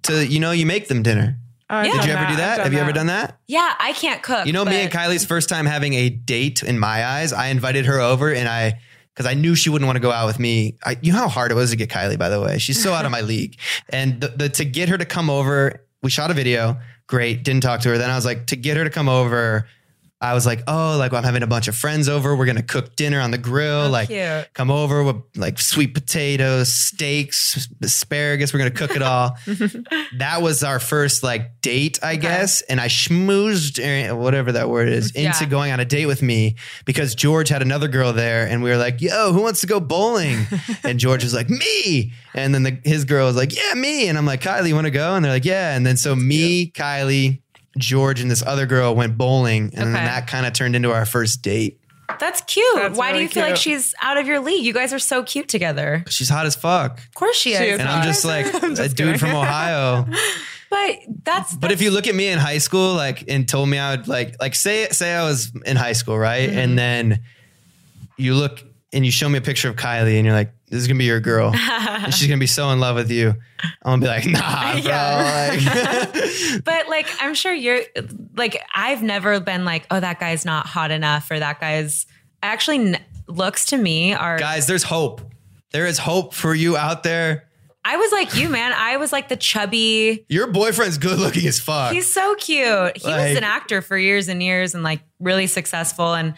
Speaker 3: to, you know, you make them dinner?
Speaker 2: Oh, I've
Speaker 1: Yeah.
Speaker 3: Did
Speaker 2: done
Speaker 3: you ever do that?
Speaker 2: I've
Speaker 3: Have you ever done that?
Speaker 1: Yeah, I can't cook.
Speaker 3: You know, me
Speaker 1: but-
Speaker 3: and Kylie's first time having a date in my eyes, I invited her over and I, because I knew she wouldn't want to go out with me. I, you know how hard it was to get Kylie, by the way. She's so out of my league. And the, the to get her to come over, we shot a video. Great, didn't talk to her. Then I was like, to get her to come over, I was like, oh, like I'm having a bunch of friends over. We're gonna cook dinner on the grill. like,
Speaker 1: cute.
Speaker 3: come over with like sweet potatoes, steaks, asparagus. We're gonna cook it all. that was our first like date, I guess. And I schmoozed eh, whatever that word is into
Speaker 1: Yeah.
Speaker 3: going on a date with me because George had another girl there, and we were like, "Yo, who wants to go bowling?" and George was like, "Me." And then the, his girl was like, "Yeah, me." And I'm like, "Kylie, you want to go?" And they're like, "Yeah." And then so me, Kylie. George and this other girl went bowling, and then
Speaker 1: Okay.
Speaker 3: that kind of turned into our first date.
Speaker 1: That's cute.
Speaker 2: That's
Speaker 1: Why do
Speaker 2: really
Speaker 1: you feel like
Speaker 2: cute.
Speaker 1: she's out of your league? You guys are so cute together.
Speaker 3: She's hot as fuck.
Speaker 1: Of course she is.
Speaker 2: is.
Speaker 3: And I'm just like a dude from Ohio.
Speaker 1: But that's,
Speaker 3: But if you look at me in high school, like and told me I would like like say say I was in high school, right? And then you look and you show me a picture of Kylie and you're like, this is gonna be your girl. and she's gonna be so in love with you. I'm gonna be like, nah, bro. Like,
Speaker 1: But like, I'm sure you're like, I've never been like, oh, that guy's not hot enough, or that guy's actually n- looks to me are.
Speaker 3: guys, there's hope. There is hope for you out there.
Speaker 1: I was like you, man. I was like the chubby.
Speaker 3: Your boyfriend's good looking as fuck.
Speaker 1: He's so cute. He was
Speaker 3: Like-
Speaker 1: an actor for years and years and like really successful and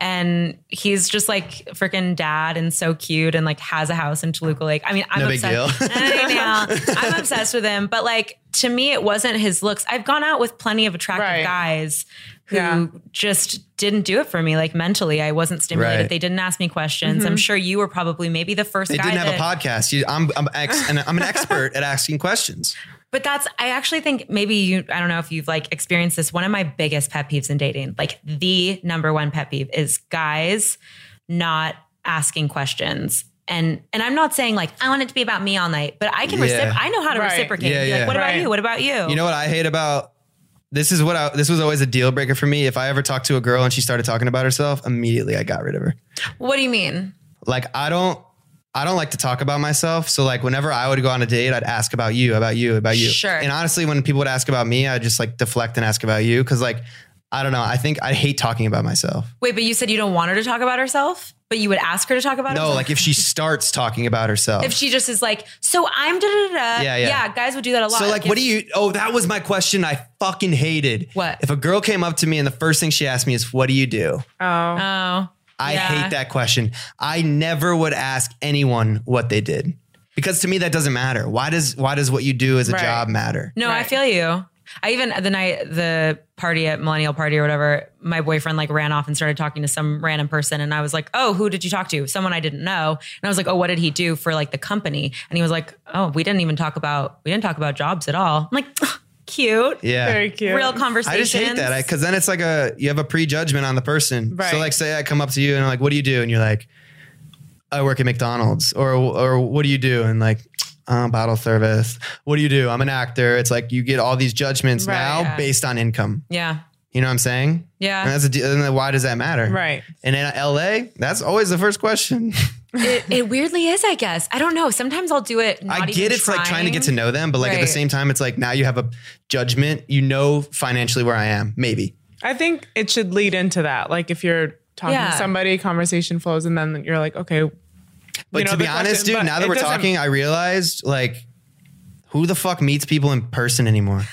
Speaker 1: and he's just like freaking dad and so cute and like has a house in Toluca Lake. I mean, I'm
Speaker 3: No big
Speaker 1: obsessed.
Speaker 3: deal.
Speaker 1: No, no, no, no. I'm obsessed with him, but like to me it wasn't his looks. I've gone out with plenty of attractive
Speaker 2: Right.
Speaker 1: guys who
Speaker 2: Yeah.
Speaker 1: just didn't do it for me like mentally. I wasn't stimulated.
Speaker 3: Right. Mm-hmm.
Speaker 1: They didn't ask me questions. I'm sure you were probably maybe the first
Speaker 3: they
Speaker 1: guy
Speaker 3: didn't have
Speaker 1: that-
Speaker 3: a podcast. You, I'm I'm, ex, and I'm an expert at asking questions.
Speaker 1: But that's, I actually think maybe you, I don't know if you've like experienced this. One of my biggest pet peeves in dating, like the number one pet peeve is guys not asking questions. And, and I'm not saying like, I want it to be about me all night, but I can,
Speaker 3: Yeah.
Speaker 1: recipro- I know how to
Speaker 2: Right.
Speaker 1: reciprocate.
Speaker 3: Yeah,
Speaker 1: and be
Speaker 3: yeah.
Speaker 1: Like, what
Speaker 2: Right.
Speaker 1: about you? What about you?
Speaker 3: You know what I hate about this is what I, this was always a deal breaker for me. If I ever talked to a girl and she started talking about herself, immediately I got rid of her.
Speaker 1: what do you mean?
Speaker 3: Like I don't I don't like to talk about myself. So like whenever I would go on a date, I'd ask about you, about you, about you.
Speaker 1: Sure.
Speaker 3: And honestly, when people would ask about me, I'd just like deflect and ask about you because like I don't know. I think I hate talking about myself.
Speaker 1: Wait, but you said you don't want her to talk about herself, but you would ask her to talk about
Speaker 3: No,
Speaker 1: herself?
Speaker 3: like if she starts talking about herself.
Speaker 1: if she just is like, so I'm da da da da.
Speaker 3: Yeah, yeah.
Speaker 1: guys would do that a lot.
Speaker 3: So like, what
Speaker 1: if-
Speaker 3: do you? Oh, that was my question. I fucking hated.
Speaker 1: What?
Speaker 3: If a girl came up to me and the first thing she asked me is, "What do you do?"
Speaker 2: Oh,
Speaker 1: Oh.
Speaker 3: I
Speaker 1: Yeah.
Speaker 3: hate that question. I never would ask anyone what they did because to me that doesn't matter. Why does why does what you do as a
Speaker 2: Right.
Speaker 3: job matter?
Speaker 1: No, I
Speaker 2: Right.
Speaker 1: feel you. I even the night the party at millennial party or whatever, my boyfriend like ran off and started talking to some random person, and I was like, "Oh, who did you talk to?" Someone I didn't know, and I was like, "Oh, what did he do for like the company?" And he was like, "Oh, we didn't even talk about we didn't talk about jobs at all." I'm like, "Cute,
Speaker 3: Yeah.
Speaker 2: very cute.
Speaker 1: real conversation."
Speaker 3: I just hate that because then it's like a you have a prejudgment on the person.
Speaker 2: Right.
Speaker 3: So like, say I come up to you and I'm like, "What do you do?" and you're like, "I work at McDonald's," or or "What do you do?" and like. Um, bottle service. What do you do? I'm an actor. It's like you get all these judgments
Speaker 2: Right,
Speaker 3: now
Speaker 1: yeah.
Speaker 3: based on income.
Speaker 1: yeah,
Speaker 3: You know what I'm saying?
Speaker 1: Yeah.
Speaker 3: And that's a de- and then why does that matter?
Speaker 2: Right.
Speaker 3: And in LA, that's always the first question.
Speaker 1: it, it weirdly is. I guess I don't know. Sometimes I'll do it. Not
Speaker 3: I get
Speaker 1: even
Speaker 3: it's like trying to get to know them, but like at the
Speaker 1: Right.
Speaker 3: same time, it's like now you have a judgment. You know financially where I am, maybe.
Speaker 2: I think it should lead into that. Like if you're talking
Speaker 1: Yeah.
Speaker 2: to somebody, conversation flows, and then you're like, okay.
Speaker 3: But
Speaker 2: know,
Speaker 3: to be
Speaker 2: the
Speaker 3: honest,
Speaker 2: question-
Speaker 3: dude,
Speaker 2: but
Speaker 3: now that
Speaker 2: it
Speaker 3: we're
Speaker 2: doesn't-
Speaker 3: talking, I realized like who the fuck meets people in person anymore?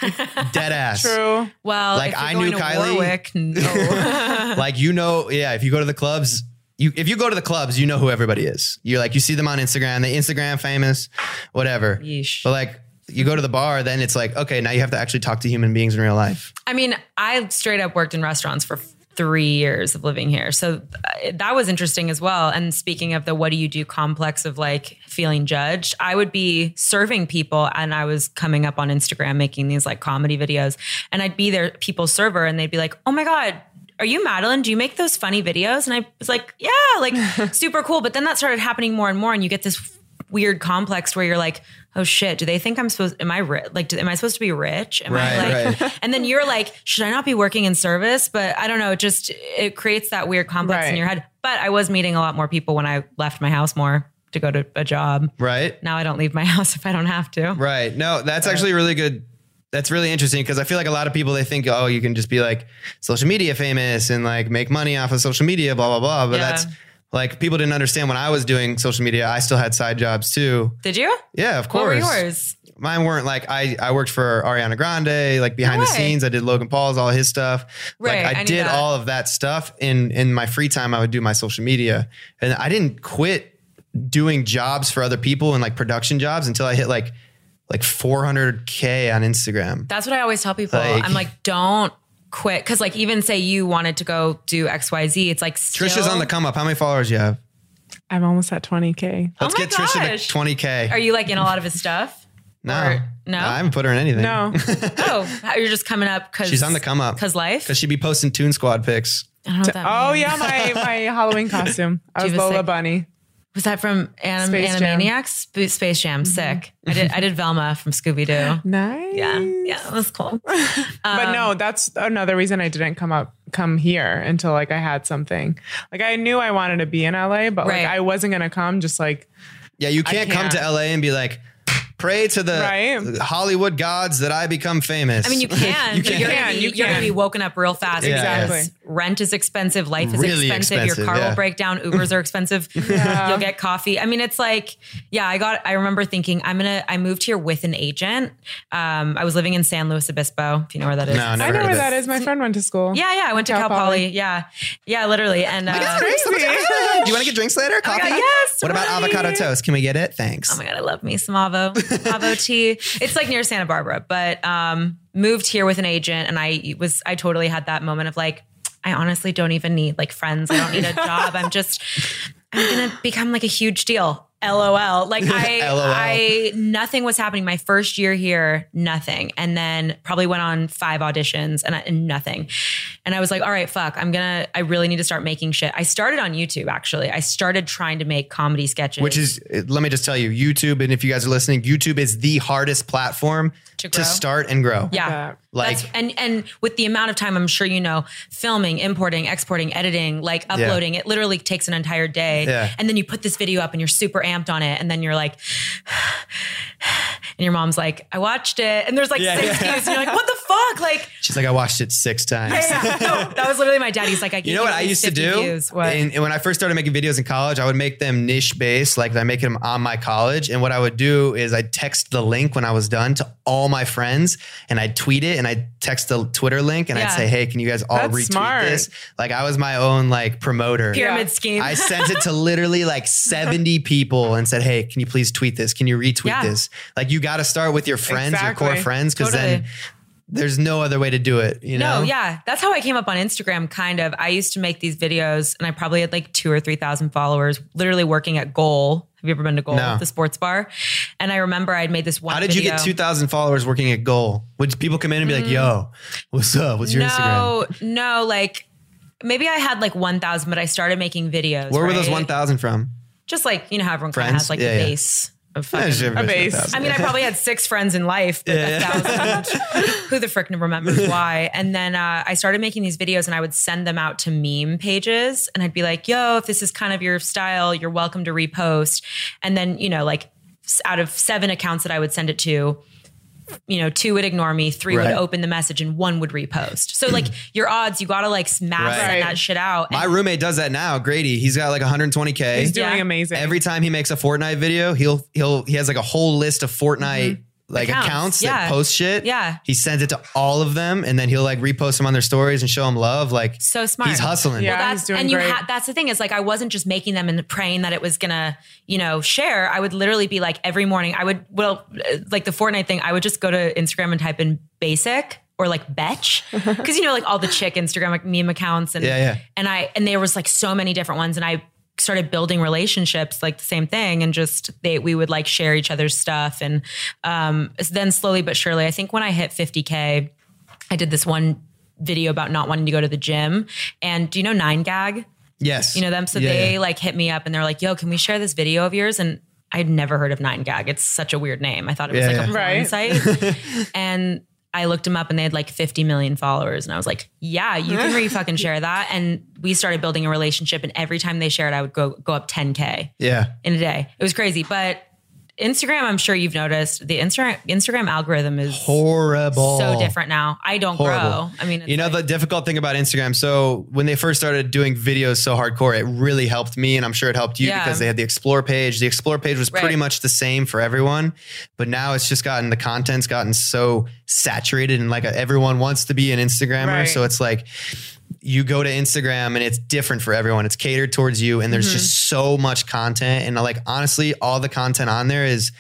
Speaker 3: Dead ass.
Speaker 2: True.
Speaker 1: Well,
Speaker 3: Like,
Speaker 1: if you're
Speaker 3: I
Speaker 1: going
Speaker 3: knew
Speaker 1: to
Speaker 3: Kylie.
Speaker 1: Warwick, no.
Speaker 3: Like you know, yeah. If you go to the clubs, you if you go to the clubs, you know who everybody is. You're like you see them on Instagram, they Instagram famous, whatever.
Speaker 1: Yeesh.
Speaker 3: But like you go to the bar, then it's like okay, now you have to actually talk to human beings in real life.
Speaker 1: I mean, I straight up worked in restaurants for three years of living here. So uh, that was interesting as well. And speaking of the what do you do complex of like feeling judged, I would be serving people and I was coming up on Instagram making these like comedy videos and I'd be their people's server and they'd be like, oh my God. Are you Madeline? Do you make those funny videos? And I was like, yeah, like super cool. But then that started happening more and more, and you get this weird complex where you're like, oh shit, do they think I'm supposed? Am I ri- like? do- am I supposed to be rich? Am I
Speaker 3: Right,
Speaker 1: like?
Speaker 3: right.
Speaker 1: And then you're like, should I not be working in service? But I don't know. It just it creates that weird complex in
Speaker 2: Right.
Speaker 1: your head. But I was meeting a lot more people when I left my house more to go to a job.
Speaker 3: Right.
Speaker 1: Now I don't leave my house if I don't have to.
Speaker 3: Right. No, that's actually really good. That's really interesting because I feel like a lot of people they think, oh, you can just be like social media famous and like make money off of social media, blah blah blah. But
Speaker 1: Yeah.
Speaker 3: that's like people didn't understand when I was doing social media. I still had side jobs too.
Speaker 1: Did you?
Speaker 3: Yeah, of
Speaker 1: What were
Speaker 3: course.
Speaker 1: yours?
Speaker 3: Mine weren't like I. I worked for Ariana Grande, like behind
Speaker 1: No
Speaker 3: the
Speaker 1: way.
Speaker 3: scenes. I did Logan Paul's, all his stuff.
Speaker 1: Right,
Speaker 3: Like
Speaker 1: I
Speaker 3: I,
Speaker 1: knew
Speaker 3: did
Speaker 1: that.
Speaker 3: all of that stuff in in my free time. I would do my social media, and I didn't quit doing jobs for other people and like production jobs until I hit like like 400k on Instagram.
Speaker 1: That's what I always tell people.
Speaker 3: Like-
Speaker 1: I'm like, don't quit because like even say you wanted to go do X Y Z, it's like still,
Speaker 3: Trisha's on the come up. How many followers you have?
Speaker 2: I'm almost at 20k.
Speaker 3: Let's
Speaker 1: Oh my
Speaker 3: get Trisha
Speaker 1: gosh.
Speaker 3: to 20k.
Speaker 1: Are you like in a lot of his stuff?
Speaker 3: no,
Speaker 1: or- no?
Speaker 3: I haven't put her in anything.
Speaker 2: No,
Speaker 1: Oh, you're just coming up because
Speaker 3: she's on the come up
Speaker 1: Because life.
Speaker 3: Because she'd be posting Toon Squad pics.
Speaker 1: I don't know what that
Speaker 2: Oh
Speaker 1: means.
Speaker 2: yeah, my my Halloween costume. I was
Speaker 1: Diva
Speaker 2: Lola
Speaker 1: sick.
Speaker 2: Bunny.
Speaker 1: Was that from Anim-
Speaker 2: Space Jam.
Speaker 1: Animaniacs? Sp- Space Jam.
Speaker 3: Mm-hmm.
Speaker 1: Sick. I did. I did Velma from Scooby Doo.
Speaker 2: Nice.
Speaker 1: Yeah. Um, Yeah. That was cool.
Speaker 2: But no, that's another reason I didn't come up come here until like I had something. Like I knew I wanted to be in LA, but
Speaker 1: Right.
Speaker 2: like I wasn't gonna come just like
Speaker 3: Yeah, you can't, come
Speaker 2: can't.
Speaker 3: to LA and be like, pray to the
Speaker 2: Right.
Speaker 3: Hollywood gods that I become famous.
Speaker 1: I mean, you can.
Speaker 3: You
Speaker 1: but
Speaker 3: can.
Speaker 1: You're
Speaker 2: You
Speaker 1: gonna
Speaker 2: can,
Speaker 1: be,
Speaker 2: you
Speaker 1: you are gonna
Speaker 2: can.
Speaker 1: be woken up real fast.
Speaker 3: Yeah,
Speaker 1: because
Speaker 2: Exactly.
Speaker 1: rent is expensive, life is
Speaker 3: Really
Speaker 1: expensive,
Speaker 3: expensive,
Speaker 1: your car
Speaker 3: yeah.
Speaker 1: will break down, Ubers are expensive, you'll get coffee. I mean, it's like, yeah, I got I remember thinking, I'm gonna I moved here with an agent. Um, I was living in San Luis Obispo, if you know where that is.
Speaker 3: No,
Speaker 2: I
Speaker 3: never
Speaker 2: know
Speaker 3: heard
Speaker 2: where
Speaker 3: of
Speaker 2: that
Speaker 3: it.
Speaker 2: is. My friend went to school.
Speaker 1: Yeah, yeah. I went to Cal,
Speaker 2: Cal
Speaker 1: Poly.
Speaker 2: Poly.
Speaker 1: Yeah. Yeah, literally. And uh,
Speaker 3: Do you want to get drinks later?
Speaker 1: Oh my
Speaker 3: Coffee?
Speaker 1: God, yes,
Speaker 3: What about
Speaker 1: right.
Speaker 3: avocado toast? Can we get it? Thanks.
Speaker 1: Oh my god, I love me some Avo, Avo tea. It's like near Santa Barbara, but um, moved here with an agent, and I was I totally had that moment of like, I honestly don't even need like friends. I don't need a job. I'm just I'm gonna become like a huge deal. LOL. Like I,
Speaker 3: LOL.
Speaker 1: I nothing was happening. My first year here, nothing, and then probably went on five auditions and, I, and nothing. And I was like, all right, fuck, I'm gonna. I really need to start making shit. I started on YouTube actually. I started trying to make comedy sketches,
Speaker 3: Which is, let me just tell you, YouTube, and if you guys are listening, YouTube is the hardest platform to,
Speaker 1: To grow.
Speaker 3: start and grow.
Speaker 1: yeah.
Speaker 3: Like,
Speaker 1: That's, and and with the amount of time I'm sure you know, filming, importing, exporting, editing, like uploading, it literally takes an entire day.
Speaker 3: Yeah.
Speaker 1: And then you put this video up and you're super amped on it, and then you're like, and your mom's like, I watched it, and there's like
Speaker 7: Yeah,
Speaker 1: six views, and you're like, what the fuck? Like,
Speaker 3: she's like, I watched it six times.
Speaker 1: yeah, no, that was literally my daddy's like, I
Speaker 3: You know what I used to do?
Speaker 1: Views. What?
Speaker 3: And, and when I first started making videos in college, I would make them niche based, like I make them on my college. And what I would do is I'd text the link when I was done to all my friends and I'd tweet it and I'd text the Twitter link and I'd
Speaker 1: Yeah.
Speaker 3: say, hey, can you guys all
Speaker 2: That's
Speaker 3: retweet
Speaker 2: smart.
Speaker 3: this? Like I was my own like promoter.
Speaker 1: Pyramid
Speaker 2: Yeah.
Speaker 1: scheme.
Speaker 3: I sent it to literally like 70 people and said, Hey, can you please tweet this? Can you retweet
Speaker 1: Yeah.
Speaker 3: this? Like, you got to start with your friends, your core
Speaker 2: Exactly.
Speaker 3: friends, because then
Speaker 1: Totally.
Speaker 3: there's no other way to do it, you know?
Speaker 1: No, yeah. That's how I came up on Instagram, kind of. I used to make these videos and I probably had like two or 3,000 followers, literally working at Goal. Have you ever been to Goal,
Speaker 3: No.
Speaker 1: the sports bar? And I remember I'd made this one
Speaker 3: How did you get
Speaker 1: video.
Speaker 3: 2,000 followers working at Goal? Would people come in and be like, yo, what's up? What's your Instagram?
Speaker 1: No, no, like maybe I had like 1,000, but I started making videos.
Speaker 3: Where were those
Speaker 1: right?
Speaker 3: 1,000 from?
Speaker 1: Just like, you know how everyone kind of
Speaker 3: Friends?
Speaker 1: has like
Speaker 3: Yeah,
Speaker 1: the
Speaker 3: yeah.
Speaker 1: base of
Speaker 3: Eh,
Speaker 1: fucking.
Speaker 3: sure, sure,
Speaker 2: base.
Speaker 1: I
Speaker 3: 1,000.
Speaker 1: mean, I probably had six friends in life, but a thousand, who the frick remembers why? And then uh, I started making these videos and I would send them out to meme pages and I'd be like, yo, if this is kind of your style, you're welcome to repost. And then, you know, like s- out of seven accounts that I would send it to, you know, two would ignore me, three
Speaker 3: Right.
Speaker 1: would open the message, and one would repost. So, like, your odds, you gotta like smash
Speaker 3: Right.
Speaker 1: send that shit out.
Speaker 3: My
Speaker 1: And-
Speaker 3: roommate does that now, Grady. He's got like 120K.
Speaker 2: He's doing
Speaker 1: Yeah.
Speaker 2: amazing.
Speaker 3: Every time he makes a Fortnite video, he'll he'll he has like a whole list of Fortnite like
Speaker 1: Mm-hmm.
Speaker 3: accounts,
Speaker 1: Accounts,
Speaker 3: that
Speaker 1: yeah.
Speaker 3: post shit.
Speaker 1: Yeah.
Speaker 3: he sends it to all of them, and then he'll like repost them on their stories and show them love. Like
Speaker 1: So smart.
Speaker 3: He's hustling.
Speaker 2: Yeah.
Speaker 1: that's
Speaker 2: he's doing
Speaker 1: and you
Speaker 2: great.
Speaker 1: had that's the thing is like I wasn't just making them and praying that it was gonna you know share. I would literally be like every morning I would well uh, like the Fortnite thing. I would just go to Instagram and type in basic or like betch because you know like all the chick Instagram like meme accounts and
Speaker 3: Uh-huh. Yeah, yeah.
Speaker 1: and I and there was like so many different ones and I started building relationships like the same thing and just they we would like share each other's stuff and um then slowly but surely I think when I hit 50k I did this one video about not wanting to go to the gym. And do you know Nine Gag?
Speaker 3: Yes,
Speaker 1: You know them? So
Speaker 3: Yeah,
Speaker 1: they
Speaker 3: yeah.
Speaker 1: like hit me up and they're like, yo, can we share this video of yours? And I'd never heard of Nine Gag. It's such a weird name. I thought it was
Speaker 3: Yeah,
Speaker 1: like
Speaker 3: yeah.
Speaker 1: a porn
Speaker 2: Right.
Speaker 1: site. and I looked them up and they had like 50 million followers. And I was like, yeah, you can re fucking share that. And we started building a relationship. And every time they shared, I would go go up 10K
Speaker 3: yeah.
Speaker 1: in a day. It was crazy. But Instagram, I'm sure you've noticed the Instagram Instagram algorithm is
Speaker 3: Horrible.
Speaker 1: so different now. I don't
Speaker 3: Horrible.
Speaker 1: grow. I mean, it's
Speaker 3: You know
Speaker 1: like-
Speaker 3: the difficult thing about Instagram. So when they first started doing videos so hardcore, it really helped me, and I'm sure it helped you
Speaker 1: Yeah.
Speaker 3: because they had the explore page. The explore page was pretty
Speaker 1: Right.
Speaker 3: much the same for everyone, but now it's just gotten the content's gotten so saturated, and like everyone wants to be an Instagrammer.
Speaker 2: Right.
Speaker 3: So it's like you go to Instagram and it's different for everyone. It's catered towards you, and there's just
Speaker 1: Mm-hmm.
Speaker 3: so much content. And like honestly, all the content on there is.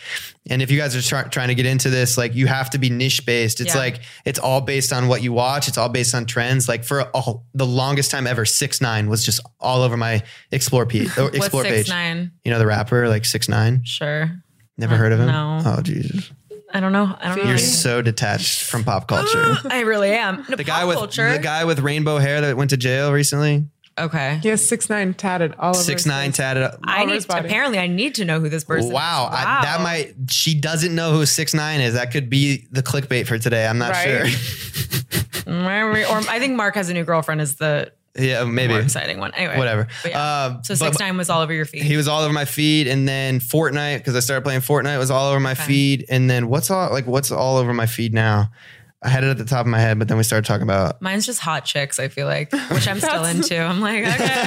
Speaker 3: And if you guys are try- trying to get into this, like you have to be niche based. It's
Speaker 1: Yeah.
Speaker 3: like it's all based on what you watch. It's all based on trends. Like for a, oh, the longest time ever, six nine was just all over my explore page. Or
Speaker 1: What's
Speaker 3: explore
Speaker 1: six
Speaker 3: page.
Speaker 1: nine?
Speaker 3: You know the rapper like six nine.
Speaker 1: Sure.
Speaker 3: Never heard of him.
Speaker 1: no.
Speaker 3: Oh Jesus,
Speaker 1: I don't know. I don't know.
Speaker 3: you're so detached from pop culture.
Speaker 1: I really am. No,
Speaker 3: The
Speaker 1: pop
Speaker 3: guy with
Speaker 1: culture.
Speaker 3: the guy with rainbow hair that went to jail recently.
Speaker 1: Okay.
Speaker 2: He has six nine tatted all over. his
Speaker 3: Six nine
Speaker 2: face.
Speaker 3: tatted. up.
Speaker 1: I need
Speaker 2: Oliver's body.
Speaker 1: apparently I need to know who this person.
Speaker 3: Wow,
Speaker 1: Is.
Speaker 3: I, that might. She doesn't know who six nine is. That could be the clickbait for today. I'm not
Speaker 2: Right.
Speaker 3: sure.
Speaker 1: Or I think Mark has a new girlfriend is the
Speaker 3: yeah, maybe.
Speaker 1: more exciting one. Anyway,
Speaker 3: Whatever.
Speaker 1: But yeah.
Speaker 3: Uh,
Speaker 1: so
Speaker 3: but
Speaker 1: six nine was all over your feet.
Speaker 3: He was all over my feed, and then Fortnite because I started playing Fortnite was all over my feed, and then what's all like what's all over my feed now? I had it at the top of my head, but then we started talking about
Speaker 1: Mine's just hot chicks, I feel like, which I'm still into. I'm like, okay.